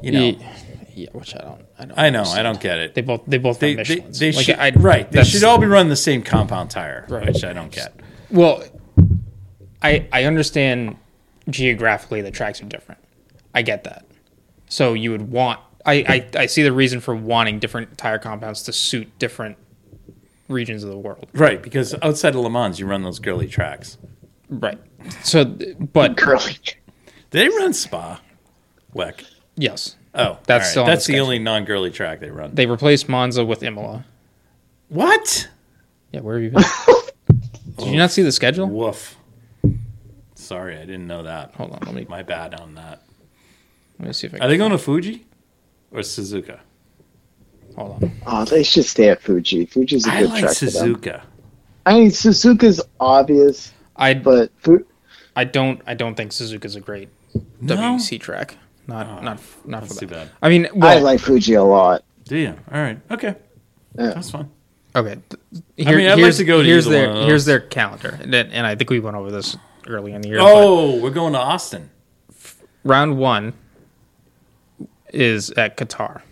Speaker 3: you know.
Speaker 1: yeah, yeah, which I don't, I don't,
Speaker 3: I know, I
Speaker 1: understand.
Speaker 3: don't get it.
Speaker 1: They both they both
Speaker 3: They,
Speaker 1: they,
Speaker 3: they,
Speaker 1: Michelin's.
Speaker 3: they
Speaker 1: Like,
Speaker 3: should,
Speaker 1: I-
Speaker 3: right. They
Speaker 1: that's-
Speaker 3: should all be running the same compound tire,
Speaker 1: Right.
Speaker 3: which I don't get.
Speaker 1: Well, I I understand geographically the tracks are different. I get that. So you would want I, I, I see the reason for wanting different tire compounds to suit different regions of the world.
Speaker 3: Right, because outside of Le Mans, you run those girly tracks.
Speaker 1: Right. So but
Speaker 4: Curly.
Speaker 3: They run Spa, WEC.
Speaker 1: yes.
Speaker 3: Oh,
Speaker 1: That's
Speaker 3: all right.
Speaker 1: still on
Speaker 3: that's
Speaker 1: the
Speaker 3: the
Speaker 1: schedule.
Speaker 3: only non-girly track they run.
Speaker 1: They replaced Monza with Imola.
Speaker 3: what?
Speaker 1: Yeah, where have you been? Did you not see the schedule?
Speaker 3: Woof. Sorry, I didn't know that.
Speaker 1: Hold on, let me
Speaker 3: My bad on that.
Speaker 1: let me see if I
Speaker 3: Are
Speaker 1: can
Speaker 3: they going to Fuji or Suzuka?
Speaker 1: hold on.
Speaker 4: Oh, they should stay at Fuji. Fuji's a
Speaker 3: I
Speaker 4: good
Speaker 3: like
Speaker 4: track for them.
Speaker 3: Suzuka.
Speaker 4: I mean, Suzuka's obvious,
Speaker 1: I
Speaker 4: but Fu-
Speaker 1: I don't I don't think Suzuka's a great
Speaker 3: No? Oh,
Speaker 1: WC track. Not not not for
Speaker 3: That's
Speaker 1: that.
Speaker 3: too bad.
Speaker 1: I mean,
Speaker 4: I
Speaker 1: well,
Speaker 4: like Fuji a lot.
Speaker 3: Do you? All right. Okay.
Speaker 4: Yeah.
Speaker 3: That's fine.
Speaker 1: Okay. Th-
Speaker 3: I mean, I'd like
Speaker 1: here's,
Speaker 3: to go to
Speaker 1: here's
Speaker 3: either
Speaker 1: their
Speaker 3: one of those.
Speaker 1: here's their calendar, and, then- and I think we went over this early in the year. but
Speaker 3: Oh, we're going to Austin.
Speaker 1: round one is at Qatar.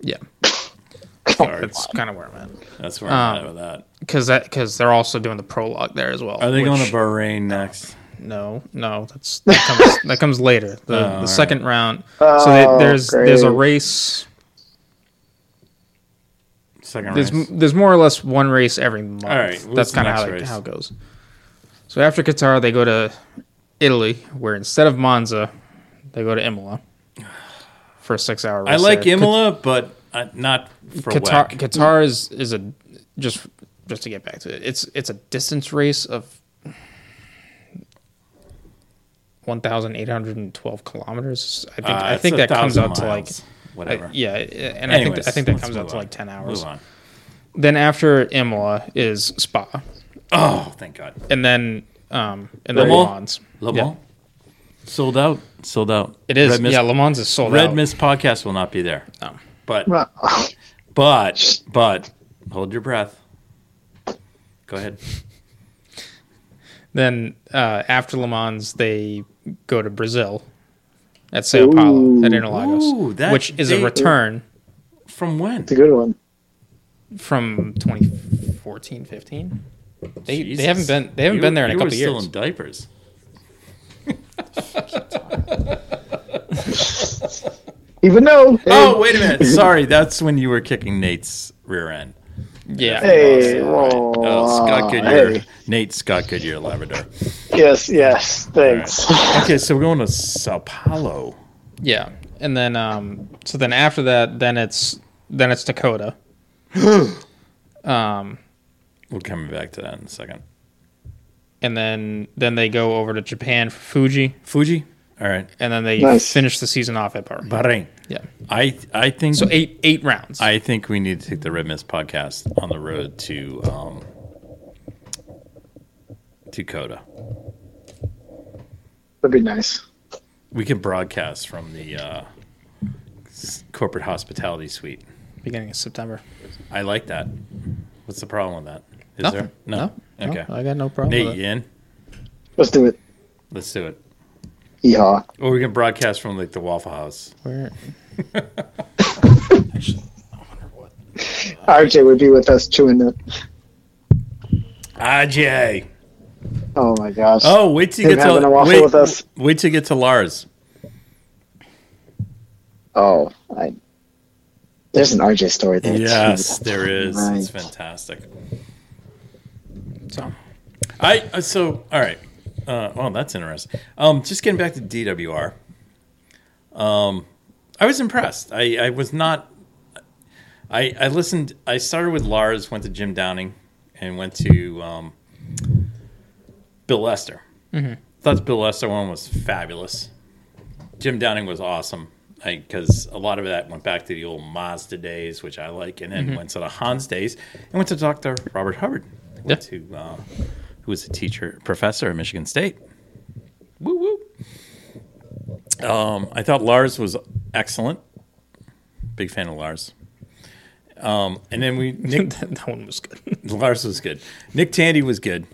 Speaker 1: Yeah,
Speaker 3: Sorry.
Speaker 1: that's kind of where I'm at
Speaker 3: That's where
Speaker 1: Ah.
Speaker 3: I'm at with that.
Speaker 1: because that because they're also doing the prologue there as well.
Speaker 3: Are they going
Speaker 1: which-
Speaker 3: to Bahrain next?
Speaker 1: No, no, that's that comes, that comes later. The the
Speaker 3: alright.
Speaker 1: second round. so they,
Speaker 4: Oh,
Speaker 1: there's there's a
Speaker 4: great.
Speaker 1: race.
Speaker 3: Second
Speaker 1: There's
Speaker 3: race.
Speaker 1: there's more or less one race every month.
Speaker 3: Alright, what's
Speaker 1: that's
Speaker 3: the
Speaker 1: kind of
Speaker 3: next
Speaker 1: how, it-
Speaker 3: race?
Speaker 1: how it goes. So after Qatar, they go to Italy, where instead of Monza, they go to Imola for a six-hour race.
Speaker 3: I like
Speaker 1: there.
Speaker 3: Imola, but uh, not for
Speaker 1: Q- Qatar,
Speaker 3: WEC.
Speaker 1: Qatar is is a just just to get back to it. It's it's a distance race of one thousand eight hundred and twelve kilometers. I think
Speaker 3: Uh,
Speaker 1: I
Speaker 3: it's
Speaker 1: think
Speaker 3: a
Speaker 1: that comes
Speaker 3: thousand
Speaker 1: out to like
Speaker 3: miles,
Speaker 1: I-
Speaker 3: whatever.
Speaker 1: yeah, and I
Speaker 3: Anyways,
Speaker 1: think I think that
Speaker 3: let's
Speaker 1: comes out
Speaker 3: move
Speaker 1: to
Speaker 3: on.
Speaker 1: like ten hours.
Speaker 3: Move on.
Speaker 1: Then after Imola is Spa.
Speaker 3: Oh, thank God.
Speaker 1: and then um and
Speaker 3: Le
Speaker 1: then Le Mans.
Speaker 3: Mans? Le
Speaker 1: Yeah.
Speaker 3: Mans? sold out. Sold out.
Speaker 1: It is.
Speaker 3: Red Miss,
Speaker 1: yeah, Le Mans is sold
Speaker 3: Red
Speaker 1: out.
Speaker 3: Miss podcast will not be there.
Speaker 1: No.
Speaker 3: But
Speaker 4: Well,
Speaker 3: but but hold your breath. Go ahead.
Speaker 1: Then uh, after Le Mans, they go to Brazil at Sao Paulo at Interlagos,
Speaker 3: Ooh, that-
Speaker 1: which is
Speaker 3: they-
Speaker 1: a return
Speaker 3: From when?
Speaker 4: it's a good one.
Speaker 1: from 2014, 15. They
Speaker 3: Jesus.
Speaker 1: they haven't been they haven't
Speaker 3: You-
Speaker 1: been there in a
Speaker 3: you
Speaker 1: couple
Speaker 3: were
Speaker 1: years.
Speaker 3: Still in diapers.
Speaker 4: Even though, hey,
Speaker 3: Oh wait a minute. Sorry, that's when you were kicking Nate's rear end.
Speaker 1: yeah,
Speaker 4: hey,
Speaker 3: Right.
Speaker 4: whoa,
Speaker 3: Oh, Scott Goodyear.
Speaker 4: hey.
Speaker 3: Nate Scott Goodyear Labrador.
Speaker 4: Yes, yes, thanks.
Speaker 3: Okay, so we're going to Sao Paulo.
Speaker 1: yeah. And then um so then after that, then it's then it's Dakota. um
Speaker 3: We're coming back to that in a second.
Speaker 1: and then then they go over to Japan for Fuji.
Speaker 3: Fuji. All right.
Speaker 1: and then they
Speaker 4: Nice.
Speaker 1: finish the season off at Bahrain.
Speaker 3: Bahrain.
Speaker 1: Yeah.
Speaker 3: I I think
Speaker 1: So eight eight rounds.
Speaker 3: I think we need to take the Red Mist podcast on the road to um to Coda.
Speaker 4: That'd be nice.
Speaker 3: We can broadcast from the uh, s- corporate hospitality suite.
Speaker 1: beginning of September.
Speaker 3: I like that. What's the problem with that? Is
Speaker 1: Nothing.
Speaker 3: there no?
Speaker 1: No.
Speaker 3: Okay.
Speaker 1: I got no problem.
Speaker 3: Nate,
Speaker 1: with it.
Speaker 3: you in?
Speaker 4: Let's do it.
Speaker 3: Let's do it.
Speaker 4: Yeehaw.
Speaker 3: Or we can broadcast from like the Waffle House.
Speaker 1: Where?
Speaker 4: RJ would be with us chewing the.
Speaker 3: RJ.
Speaker 4: Oh my gosh.
Speaker 3: Oh, wait till you
Speaker 4: Him
Speaker 3: get to
Speaker 4: having a waffle
Speaker 3: wait,
Speaker 4: with us.
Speaker 3: wait till you get to Lars.
Speaker 4: Oh, I. There's an RJ story there. too.
Speaker 3: Yes, there is. It's
Speaker 4: Right.
Speaker 3: fantastic.
Speaker 1: So
Speaker 3: I uh, so all right. Uh, well, that's interesting. Um, just getting back to DWR. Um, I was impressed. I, I was not. I I listened. I started with Lars, went to Jim Downing, and went to um, Bill Lester. Thought the Bill Lester one was fabulous. Jim Downing was awesome because a lot of that went back to the old Mazda days, which I like, and then went to the Hans days, and went to Dr. Robert Hubbard, went to uh, who was a teacher professor at Michigan State. Woo woo. Um, I thought Lars was excellent. Big fan of Lars. Um, and then we Nick
Speaker 1: that, that one was good.
Speaker 3: Lars was good. Nick Tandy was good.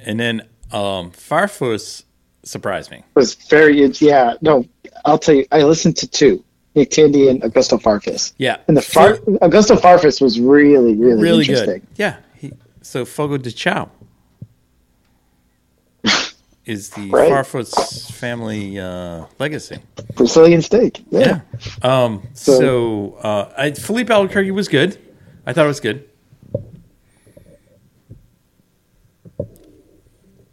Speaker 3: And then um, Farfus surprised me.
Speaker 4: was very yeah no i'll tell you i listened to two nick tandy and augusto farfus
Speaker 3: Yeah.
Speaker 4: and the far
Speaker 3: Fo-
Speaker 4: augusto farfus was really really,
Speaker 3: really
Speaker 4: interesting
Speaker 3: good. Yeah. He, so Fogo de Chao is the
Speaker 4: Right.
Speaker 3: Farfus family uh, legacy.
Speaker 4: brazilian steak yeah,
Speaker 3: Yeah. Um, so
Speaker 4: So-
Speaker 3: uh, I, Philippe Albuquerque was good. I thought it was good.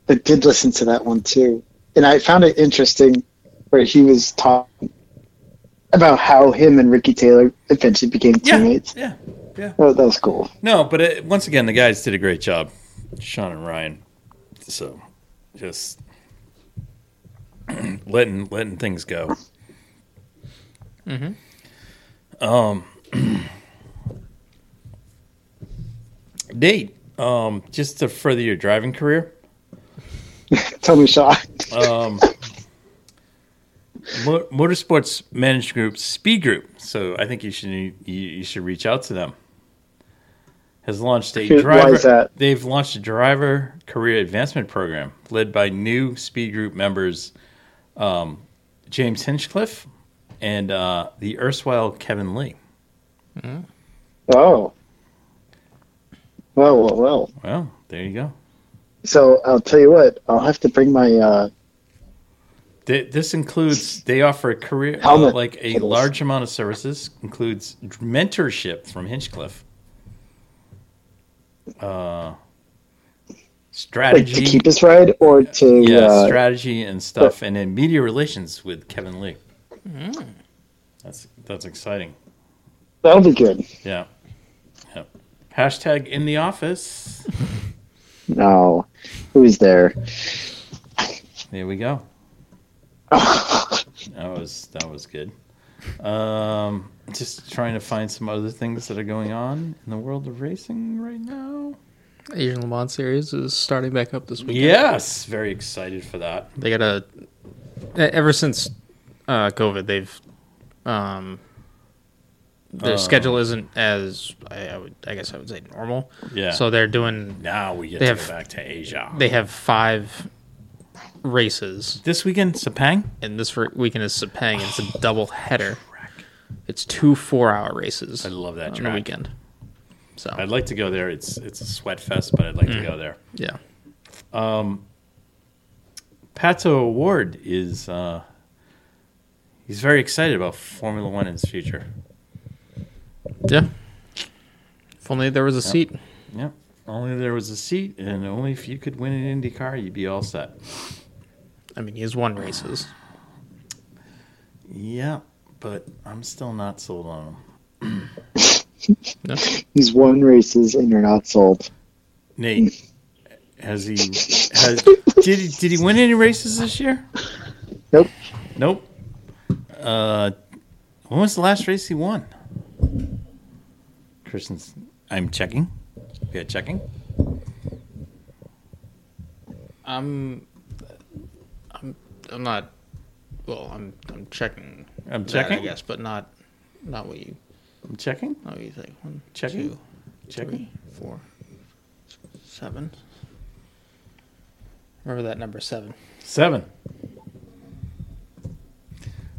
Speaker 4: i did listen to that one too and i found it interesting where he was talking about how him and ricky taylor eventually became
Speaker 3: Yeah.
Speaker 4: teammates
Speaker 3: Yeah. Yeah.
Speaker 4: oh, that was cool
Speaker 3: No, but it, once again, the guys did a great job, Sean and Ryan. So, just letting letting things go. Mm-hmm. Um, Nate, um, just to further your driving career,
Speaker 4: Tommy Shaw.
Speaker 3: um, Mo- Motorsports Management Group, Speed Group. So I think you should you, you should reach out to them. Has launched a
Speaker 4: Why is
Speaker 3: driver.
Speaker 4: that?
Speaker 3: They've launched a driver career advancement program led by new Speed Group members, um, James Hinchcliffe, and uh, the erstwhile Kevin Lee.
Speaker 4: Oh. Well, well, well.
Speaker 3: Well, there you go.
Speaker 4: So I'll tell you what. I'll have to bring my uh,
Speaker 3: Th- This includes they offer a career uh,
Speaker 4: Helmet
Speaker 3: like a
Speaker 4: kiddos.
Speaker 3: large amount of services includes mentorship from Hinchcliffe, uh,
Speaker 4: like
Speaker 3: strategy,
Speaker 4: to keep his ride or to
Speaker 3: yeah,
Speaker 4: uh,
Speaker 3: strategy and stuff, and then media relations with Kevin Lee. That's that's exciting.
Speaker 4: that'll be good.
Speaker 3: Yeah. yeah. Hashtag in the office.
Speaker 4: No, who's there?
Speaker 3: There we go. That was that was good. Um, just trying to find some other things that are going on in the world of racing right now.
Speaker 1: Asian Le Mans series is starting back up this weekend.
Speaker 3: Yes, very excited for that.
Speaker 1: They got a e, ever since uh, COVID, they've um, their
Speaker 3: Uh.
Speaker 1: schedule isn't as I, I would I guess I would say normal.
Speaker 3: Yeah.
Speaker 1: So they're doing
Speaker 3: now we get
Speaker 1: They
Speaker 3: to
Speaker 1: have-
Speaker 3: go back to Asia.
Speaker 1: they have five races,
Speaker 3: this weekend, Sepang.
Speaker 1: and this re- weekend is Sepang. It's Oh, a double header. It's two four-hour races
Speaker 3: I love that
Speaker 1: on the
Speaker 3: track.
Speaker 1: weekend. So
Speaker 3: I'd like to go there. It's it's a sweat fest, but I'd like
Speaker 1: Mm.
Speaker 3: to go there.
Speaker 1: yeah,
Speaker 3: Pato Award is uh, he's very excited about Formula One in his future.
Speaker 1: yeah. If only there was a seat.
Speaker 3: Yep. Only there was a seat, and only if you could win an IndyCar, you'd be all set.
Speaker 1: I mean, he's won races.
Speaker 3: Yeah, but I'm still not sold on him.
Speaker 1: No?
Speaker 4: He's won races and you're not sold.
Speaker 3: Nate, has he? Has, did he? Did he win any races this year?
Speaker 4: Nope.
Speaker 3: Nope. Uh, when was the last race he won? Kristen's. I'm checking. Yeah, checking.
Speaker 1: I'm, I'm, I'm not. Well, I'm, I'm checking.
Speaker 3: I'm
Speaker 1: that,
Speaker 3: checking?
Speaker 1: I guess, but not, not what you,
Speaker 3: I'm checking.
Speaker 1: not what you think. One,
Speaker 3: Checking.
Speaker 1: two,
Speaker 3: Checking.
Speaker 1: three, four, seven. Remember that number seven.
Speaker 3: Seven.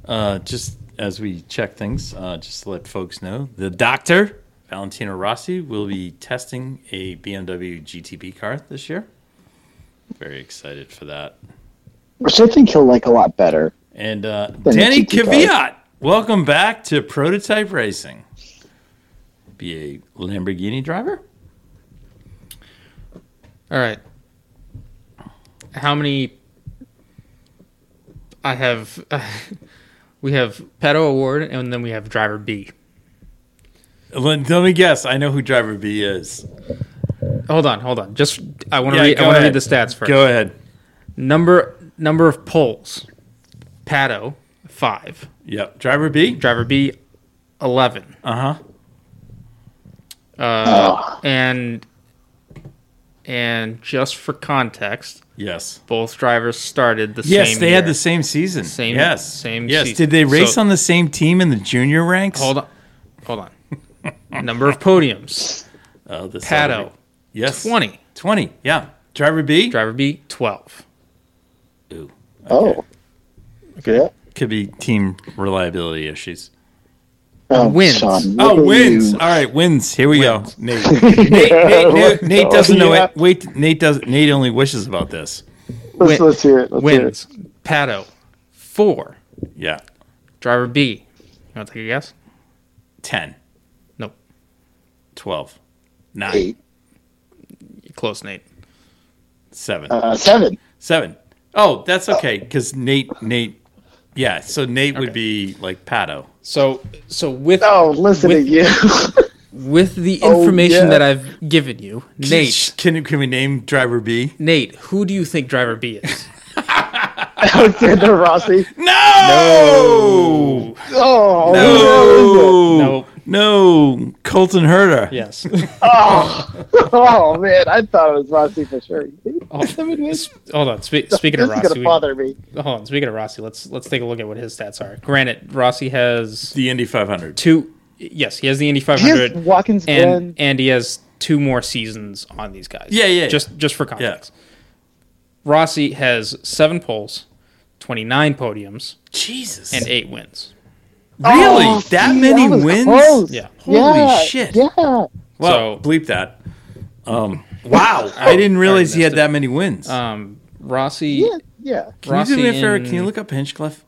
Speaker 3: Uh, just as we check things, uh, just to let folks know, the doctor, Valentino Rossi, will be testing a BMW GTB car this year. Very excited for that.
Speaker 4: Which I think he'll like a lot better.
Speaker 3: And uh,
Speaker 4: the
Speaker 3: Danny
Speaker 4: GT car.
Speaker 3: Kvyat, welcome back to Prototype Racing. Be a Lamborghini driver?
Speaker 1: All right. How many? I have. we have Pedo Award, and then we have Driver B.
Speaker 3: Let, let me guess. I know who driver B is.
Speaker 1: Hold on, hold on. Just I want to
Speaker 3: Yeah,
Speaker 1: read. I
Speaker 3: go
Speaker 1: want to read
Speaker 3: ahead.
Speaker 1: the stats first.
Speaker 3: Go ahead.
Speaker 1: Number number of polls. Pato five.
Speaker 3: Yep. Driver B?
Speaker 1: Driver B eleven.
Speaker 3: Uh huh.
Speaker 1: Uh, And and just for context,
Speaker 3: Yes.
Speaker 1: both drivers started the
Speaker 3: Yes,
Speaker 1: same.
Speaker 3: they had
Speaker 1: year.
Speaker 3: the same season.
Speaker 1: Same-
Speaker 3: Yes.
Speaker 1: same
Speaker 3: Yes.
Speaker 1: season.
Speaker 3: Did they race
Speaker 1: So-
Speaker 3: on the same team in the junior ranks?
Speaker 1: Hold on, hold on. number of podiums.
Speaker 3: Oh, the
Speaker 1: Pato
Speaker 3: Yes.
Speaker 1: twenty.
Speaker 3: 20. Yeah. Driver B.
Speaker 1: Driver B twelve.
Speaker 3: Ooh.
Speaker 4: Oh.
Speaker 1: Uh,
Speaker 4: Yeah.
Speaker 3: Could be team reliability issues.
Speaker 4: Oh,
Speaker 1: wins.
Speaker 4: Sean,
Speaker 3: Oh,
Speaker 4: look at
Speaker 3: wins.
Speaker 4: you.
Speaker 3: All right, wins. Here we go. Nate. Nate, Nate, Nate, Nate doesn't know
Speaker 4: Oh, Yeah.
Speaker 3: it. Wait, Nate does. Nate only wishes about this.
Speaker 4: Let's,
Speaker 1: Win-
Speaker 4: let's hear it. Let's hear it.
Speaker 1: Wins. Pato four.
Speaker 3: Yeah.
Speaker 1: Driver B. You want to take a guess?
Speaker 3: 10,
Speaker 1: No,
Speaker 3: 12, 9,
Speaker 4: Eight.
Speaker 1: close, Nate.
Speaker 3: 7.
Speaker 4: Uh, seven.
Speaker 3: Seven. Oh, that's okay because Nate, Nate, yeah. So Nate would be like Pato.
Speaker 1: So so with
Speaker 4: Oh, listen
Speaker 1: With-
Speaker 4: to you.
Speaker 1: with the
Speaker 4: Oh,
Speaker 1: information
Speaker 4: yeah.
Speaker 1: that I've given you, Nate.
Speaker 3: can can we name driver B?
Speaker 1: Nate, who do you think driver B is?
Speaker 4: Alexander Rossi.
Speaker 3: No,
Speaker 4: Oh,
Speaker 3: no,
Speaker 1: No.
Speaker 3: no. Colton Herter.
Speaker 1: yes.
Speaker 4: oh man, I thought it was Rossi for sure.
Speaker 1: Hold on. Spe- speaking
Speaker 4: this
Speaker 1: of
Speaker 4: is gonna
Speaker 1: Rossi, we-
Speaker 4: bother me.
Speaker 1: hold on. Speaking of Rossi, let's let's take a look at what his stats are. Granted, Rossi has
Speaker 3: The Indy 500.
Speaker 1: two. Yes, he has the Indy
Speaker 4: He has
Speaker 1: 500,
Speaker 4: Watkins
Speaker 1: and
Speaker 4: Glen.
Speaker 1: and he has two more seasons on these guys.
Speaker 3: Yeah, yeah, yeah.
Speaker 1: Just just for context, Rossi has seven poles, twenty nine podiums,
Speaker 3: Jesus.
Speaker 1: and eight wins.
Speaker 3: really,
Speaker 4: Oh,
Speaker 3: that
Speaker 4: see,
Speaker 3: many
Speaker 4: was
Speaker 3: wins?
Speaker 4: close.
Speaker 1: Yeah.
Speaker 3: Holy
Speaker 4: yeah,
Speaker 3: shit.
Speaker 4: Yeah.
Speaker 3: Well,
Speaker 1: So-
Speaker 3: bleep that. Um, wow, I didn't realize he
Speaker 1: missed
Speaker 3: had
Speaker 1: it.
Speaker 3: that many wins.
Speaker 1: Um, Rossi.
Speaker 4: Yeah. Yeah.
Speaker 3: can you do me a
Speaker 1: Rossi
Speaker 3: favor?
Speaker 1: in-
Speaker 3: Can you look up Hinchcliffe?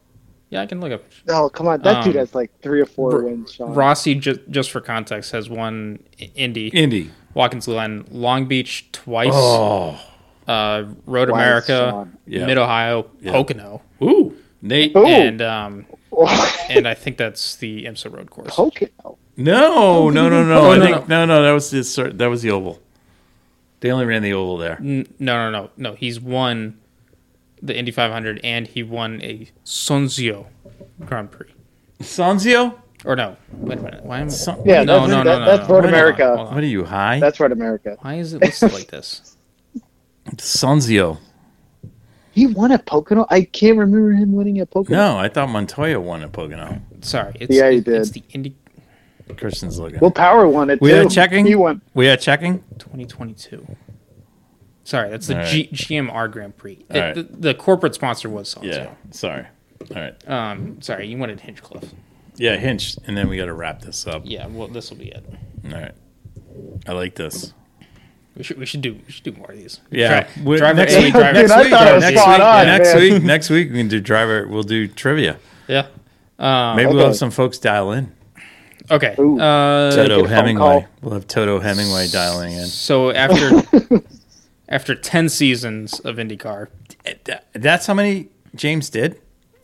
Speaker 1: Yeah, I can look up.
Speaker 4: Oh come on, that dude
Speaker 1: Um,
Speaker 4: has like three or four
Speaker 1: Ro-
Speaker 4: wins. Sean.
Speaker 1: Rossi, just, just for context, has won I- Indy,
Speaker 3: Indy.
Speaker 1: Watkins Glen, Long Beach twice,
Speaker 3: Oh,
Speaker 1: uh, Road
Speaker 4: Wow,
Speaker 1: America,
Speaker 4: Sean.
Speaker 3: Yeah.
Speaker 1: Mid Ohio, Pocono,
Speaker 3: ooh, Nate.
Speaker 4: Ooh.
Speaker 1: and um,
Speaker 4: Oh,
Speaker 1: and I think that's the IMSA Road Course.
Speaker 4: Pocono.
Speaker 3: No, no, no, no.
Speaker 1: Oh,
Speaker 3: I
Speaker 1: no,
Speaker 3: think no, no. That was the cer- that was the oval. They only ran the oval there.
Speaker 1: N- no, no, no, no. He's won the Indy 500, and he won a Sonzio Grand Prix.
Speaker 3: Sanzio,
Speaker 1: Or no, wait a minute. Why am I?
Speaker 3: Son-
Speaker 4: Yeah,
Speaker 1: no,
Speaker 4: that's-
Speaker 1: no, no,
Speaker 4: that-
Speaker 1: no,
Speaker 4: that's
Speaker 1: no.
Speaker 4: Road
Speaker 1: Hold on,
Speaker 4: America.
Speaker 1: hold on.
Speaker 3: what are you high?
Speaker 4: That's right, America.
Speaker 1: Why is it listed like this?
Speaker 3: Sanzio.
Speaker 4: He won at Pocono. I can't remember him winning at Pocono.
Speaker 3: No, I thought Montoya won at Pocono.
Speaker 1: Sorry, it's,
Speaker 4: Yeah, he
Speaker 1: It's the
Speaker 4: did.
Speaker 1: Indy
Speaker 3: Christian's looking.
Speaker 4: Will Power won it
Speaker 3: we
Speaker 4: too.
Speaker 3: are checking.
Speaker 4: He won.
Speaker 3: We are checking.
Speaker 1: 2022. Sorry, that's the
Speaker 3: All
Speaker 1: G- GMR Grand Prix. The,
Speaker 3: All right.
Speaker 1: the, the corporate sponsor was
Speaker 3: Yeah.
Speaker 1: Sanzio.
Speaker 3: Sorry. All right.
Speaker 1: Um, sorry, you wanted Hinchcliffe.
Speaker 3: Yeah, Hinch, and then we got to wrap this up.
Speaker 1: Yeah, well, this will be it.
Speaker 3: All right. I like this.
Speaker 1: We should we should do we should do more of these.
Speaker 3: Yeah.
Speaker 1: Dri-
Speaker 3: We're-
Speaker 1: driver
Speaker 3: next
Speaker 1: A,
Speaker 3: week-
Speaker 1: driver
Speaker 4: Dude,
Speaker 1: B,
Speaker 4: I thought it
Speaker 1: driver
Speaker 4: was
Speaker 1: C.
Speaker 3: next
Speaker 4: spot
Speaker 3: week,
Speaker 4: on,
Speaker 3: next
Speaker 4: man.
Speaker 3: week, next week we can do driver. We'll do trivia.
Speaker 1: Yeah. Um,
Speaker 3: Maybe
Speaker 4: Uh,
Speaker 3: we'll
Speaker 4: Okay.
Speaker 3: have some folks dial in.
Speaker 1: okay.
Speaker 4: Ooh.
Speaker 1: Uh,
Speaker 4: Ted. get a
Speaker 3: Toto
Speaker 4: phone
Speaker 3: Hemingway.
Speaker 4: call.
Speaker 3: We'll have Toto Hemingway dialing in.
Speaker 1: so after after ten seasons of IndyCar,
Speaker 3: Th- That's how many James did.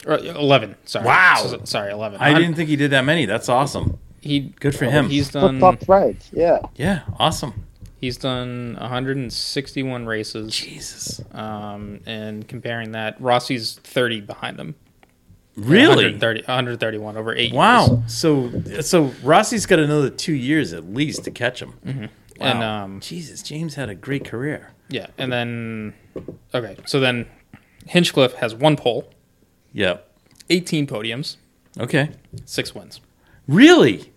Speaker 1: or uh, eleven. Sorry.
Speaker 3: Wow.
Speaker 1: So- sorry, eleven.
Speaker 3: I didn't think he did that many. That's awesome.
Speaker 1: He
Speaker 3: Good
Speaker 4: Oh,
Speaker 3: for him.
Speaker 1: He's
Speaker 4: Flip
Speaker 1: done.
Speaker 4: flop rides. Yeah.
Speaker 3: Yeah, awesome.
Speaker 1: He's done 161 races.
Speaker 3: Jesus,
Speaker 1: um, and comparing that, Rossi's 30 behind them.
Speaker 3: really?
Speaker 1: 130, 131 over eight years.
Speaker 3: Wow. So, so Rossi's got another two years at least to catch him. Wow.
Speaker 1: And um,
Speaker 3: Jesus, James had a great career.
Speaker 1: yeah, and then, okay, so then Hinchcliffe has one pole,
Speaker 3: Yep.
Speaker 1: 18 podiums,
Speaker 3: Okay.
Speaker 1: six wins.
Speaker 3: Really?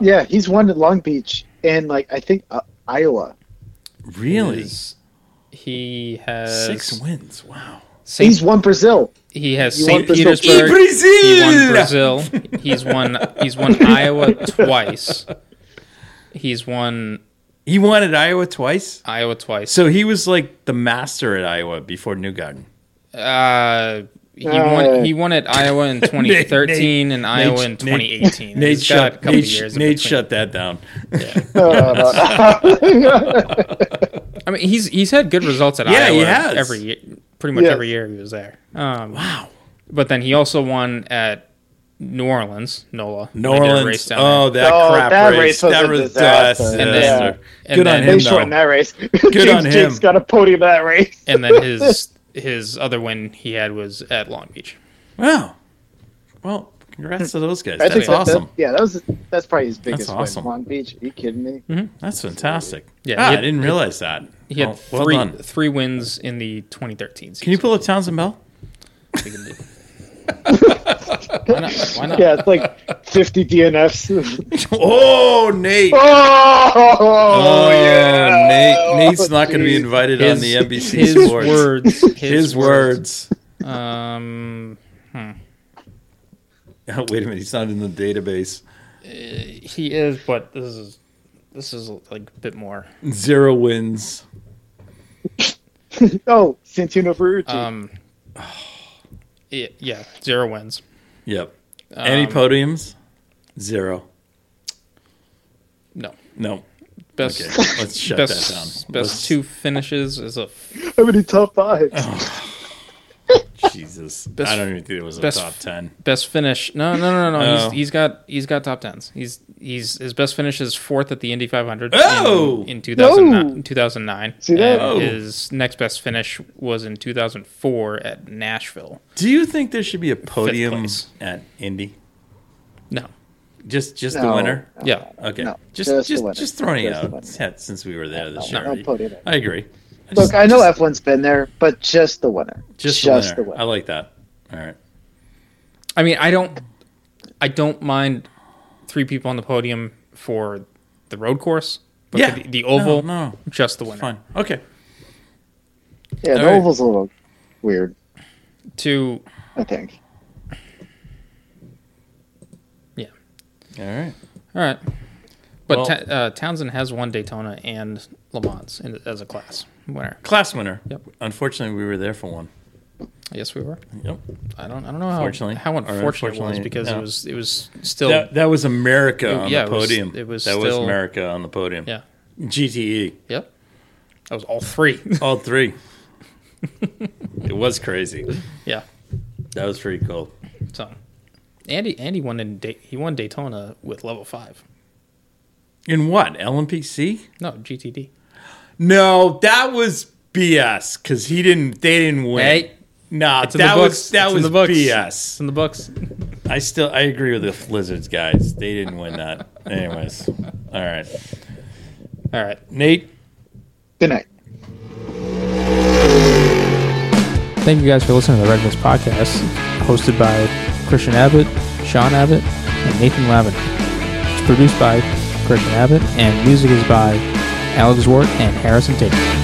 Speaker 4: Yeah. He's won at Long Beach and like I think uh, Iowa.
Speaker 3: Really?
Speaker 1: He's- He has
Speaker 3: Six wins. Wow.
Speaker 1: Saint-
Speaker 4: He's won Brazil.
Speaker 1: He has
Speaker 4: You
Speaker 1: St.
Speaker 4: want Brazil?
Speaker 1: Petersburg.
Speaker 3: E Brazil!
Speaker 1: He won Brazil. He's won. He's won Iowa twice. He's won
Speaker 3: He won at Iowa twice.
Speaker 1: Iowa twice.
Speaker 3: So he was like the master at Iowa before Newgarden.
Speaker 1: Uh, he
Speaker 4: Uh,
Speaker 1: won. He won at Iowa in 2013 and Iowa in
Speaker 3: Nate-
Speaker 1: 2018.
Speaker 3: Nate,
Speaker 1: He's got a
Speaker 3: shut,
Speaker 1: couple
Speaker 3: Nate,
Speaker 1: of years in
Speaker 3: Nate
Speaker 1: between.
Speaker 3: shut that down.
Speaker 4: Uh,
Speaker 1: I mean, he's he's had good results at
Speaker 3: Yeah,
Speaker 1: Iowa
Speaker 3: he has.
Speaker 1: every year, pretty much
Speaker 4: Yeah.
Speaker 1: every year he was there. Um,
Speaker 3: Wow.
Speaker 1: but then he also won at New Orleans, NOLA.
Speaker 3: New
Speaker 1: They did a
Speaker 3: Orleans.
Speaker 1: race down there.
Speaker 3: Oh, that
Speaker 4: Oh,
Speaker 3: crap
Speaker 4: that
Speaker 3: race.
Speaker 4: race was
Speaker 3: that
Speaker 4: a
Speaker 3: was
Speaker 4: disaster.
Speaker 3: disaster.
Speaker 1: And then- and
Speaker 3: Good
Speaker 1: then-
Speaker 3: on
Speaker 4: They
Speaker 3: him,
Speaker 4: shortened
Speaker 3: though.
Speaker 4: that race. James
Speaker 3: on him.
Speaker 4: Jake's got a podium that race.
Speaker 1: and then his his other win he had was at Long Beach.
Speaker 3: Wow. Well, congrats to those guys.
Speaker 4: I
Speaker 3: That's
Speaker 4: think that- that-
Speaker 3: awesome.
Speaker 4: yeah, that was that's probably his biggest
Speaker 3: awesome.
Speaker 4: win. Long Beach. Are you kidding me?
Speaker 3: That's fantastic.
Speaker 1: Yeah,
Speaker 3: Ah,
Speaker 1: he
Speaker 3: I
Speaker 1: had-
Speaker 3: didn't realize that.
Speaker 1: He had
Speaker 3: well, Oh, well
Speaker 1: three
Speaker 3: done.
Speaker 1: three wins in the 2013 season.
Speaker 3: Can you pull up Townsend Bell?
Speaker 1: why not? Why not?
Speaker 4: Yeah, it's like 50 DNFs.
Speaker 3: Oh, Nate.
Speaker 4: oh,
Speaker 3: Oh,
Speaker 4: yeah.
Speaker 3: Nate. Nate's not going to be
Speaker 4: Jeez.
Speaker 3: invited on the NBC
Speaker 1: his
Speaker 3: Sports.
Speaker 1: words. His,
Speaker 3: His words.
Speaker 1: Um,
Speaker 3: Oh, wait a minute. He's not in the database.
Speaker 1: he is, but this is this is like a bit more.
Speaker 3: Zero wins.
Speaker 4: Oh, Santino Ferrucci.
Speaker 1: Um, yeah, yeah, zero wins.
Speaker 3: Yep. Any
Speaker 1: Um,
Speaker 3: podiums? Zero.
Speaker 1: No,
Speaker 3: No.
Speaker 1: best
Speaker 3: Okay. Let's shut
Speaker 1: best
Speaker 3: that down.
Speaker 1: best
Speaker 3: Let's-
Speaker 1: two finishes is a
Speaker 4: How many top fives?
Speaker 3: oh, Jesus.
Speaker 1: Best-
Speaker 3: I don't even think it was a
Speaker 1: best-
Speaker 3: top 10.
Speaker 1: best finish. No, no, no, no. no.
Speaker 3: Oh.
Speaker 1: He's, he's got he's got top tens. He's he's his best finish is fourth at the Indy 500
Speaker 3: Oh!
Speaker 1: in, in 2009.
Speaker 4: No!
Speaker 1: 2009.
Speaker 4: See that?
Speaker 1: And
Speaker 3: Oh.
Speaker 1: His next best finish was in 2004 at Nashville.
Speaker 3: Do you think there should be a podium
Speaker 1: place.
Speaker 3: at Indy?
Speaker 1: No,
Speaker 4: Oh.
Speaker 3: Just just the
Speaker 4: No.
Speaker 3: winner?
Speaker 1: yeah,
Speaker 3: Okay.
Speaker 4: No,
Speaker 3: just
Speaker 4: just
Speaker 3: just,
Speaker 4: the winner.
Speaker 3: just throwing
Speaker 4: Just the
Speaker 3: it out
Speaker 4: winner.
Speaker 3: yeah, since we were there this
Speaker 4: no,
Speaker 3: year.
Speaker 4: no podium.
Speaker 3: I agree. I
Speaker 4: Look,
Speaker 3: just-
Speaker 4: I know
Speaker 3: just-
Speaker 4: F1's been there, but just the winner.
Speaker 3: just, the, winner. I like that. All right.
Speaker 1: I mean, I don't, I don't mind three people on the podium for the road course, but
Speaker 3: Yeah.
Speaker 1: for the, the oval,
Speaker 3: No, no.
Speaker 1: just the winner.
Speaker 3: Fine. Okay.
Speaker 4: yeah, the
Speaker 3: All right.
Speaker 4: oval's a little weird,
Speaker 1: To
Speaker 4: I think.
Speaker 1: yeah,
Speaker 3: All right.
Speaker 1: all right. But
Speaker 3: Well-
Speaker 1: Ta- uh, Townsend has won Daytona and Le Mans in, as a class winner.
Speaker 3: Class winner.
Speaker 1: Yep.
Speaker 3: Unfortunately, we were there for one.
Speaker 1: Yes, we were.
Speaker 3: Yep.
Speaker 1: I don't, I don't know how,
Speaker 3: Fortunately,
Speaker 1: how
Speaker 3: or
Speaker 1: unfortunate it was
Speaker 3: unfortunately,
Speaker 1: because
Speaker 3: no.
Speaker 1: it was, it was still,
Speaker 3: That, that was America on
Speaker 1: yeah,
Speaker 3: the
Speaker 1: it was-
Speaker 3: podium.
Speaker 1: it was
Speaker 3: that was
Speaker 1: still-
Speaker 3: America on the podium.
Speaker 1: yeah,
Speaker 3: GTE.
Speaker 1: yep. That was all three.
Speaker 3: All three. it was crazy.
Speaker 1: yeah.
Speaker 3: That was pretty cool.
Speaker 1: So, Andy, Andy won in Day- he won Daytona with level five.
Speaker 3: In what? LMPC?
Speaker 1: No, GTD.
Speaker 3: No, that was BS because he didn't. They didn't win.
Speaker 1: Hey,
Speaker 3: Nah,
Speaker 1: in the
Speaker 3: that
Speaker 1: books.
Speaker 3: was that
Speaker 1: It's in
Speaker 3: was
Speaker 1: the books. It's
Speaker 3: BS.
Speaker 1: in the books.
Speaker 3: I still I agree with the lizards guys. They didn't win that. Anyways, all right,
Speaker 1: All right.
Speaker 3: Nate.
Speaker 4: Good night.
Speaker 1: Thank you guys for listening to the Red Mist Podcast, hosted by Christian Abbott, Sean Abbott, and Nathan Lavin. It's produced by Christian Abbott, and music is by Alex Wart and Harrison Tate.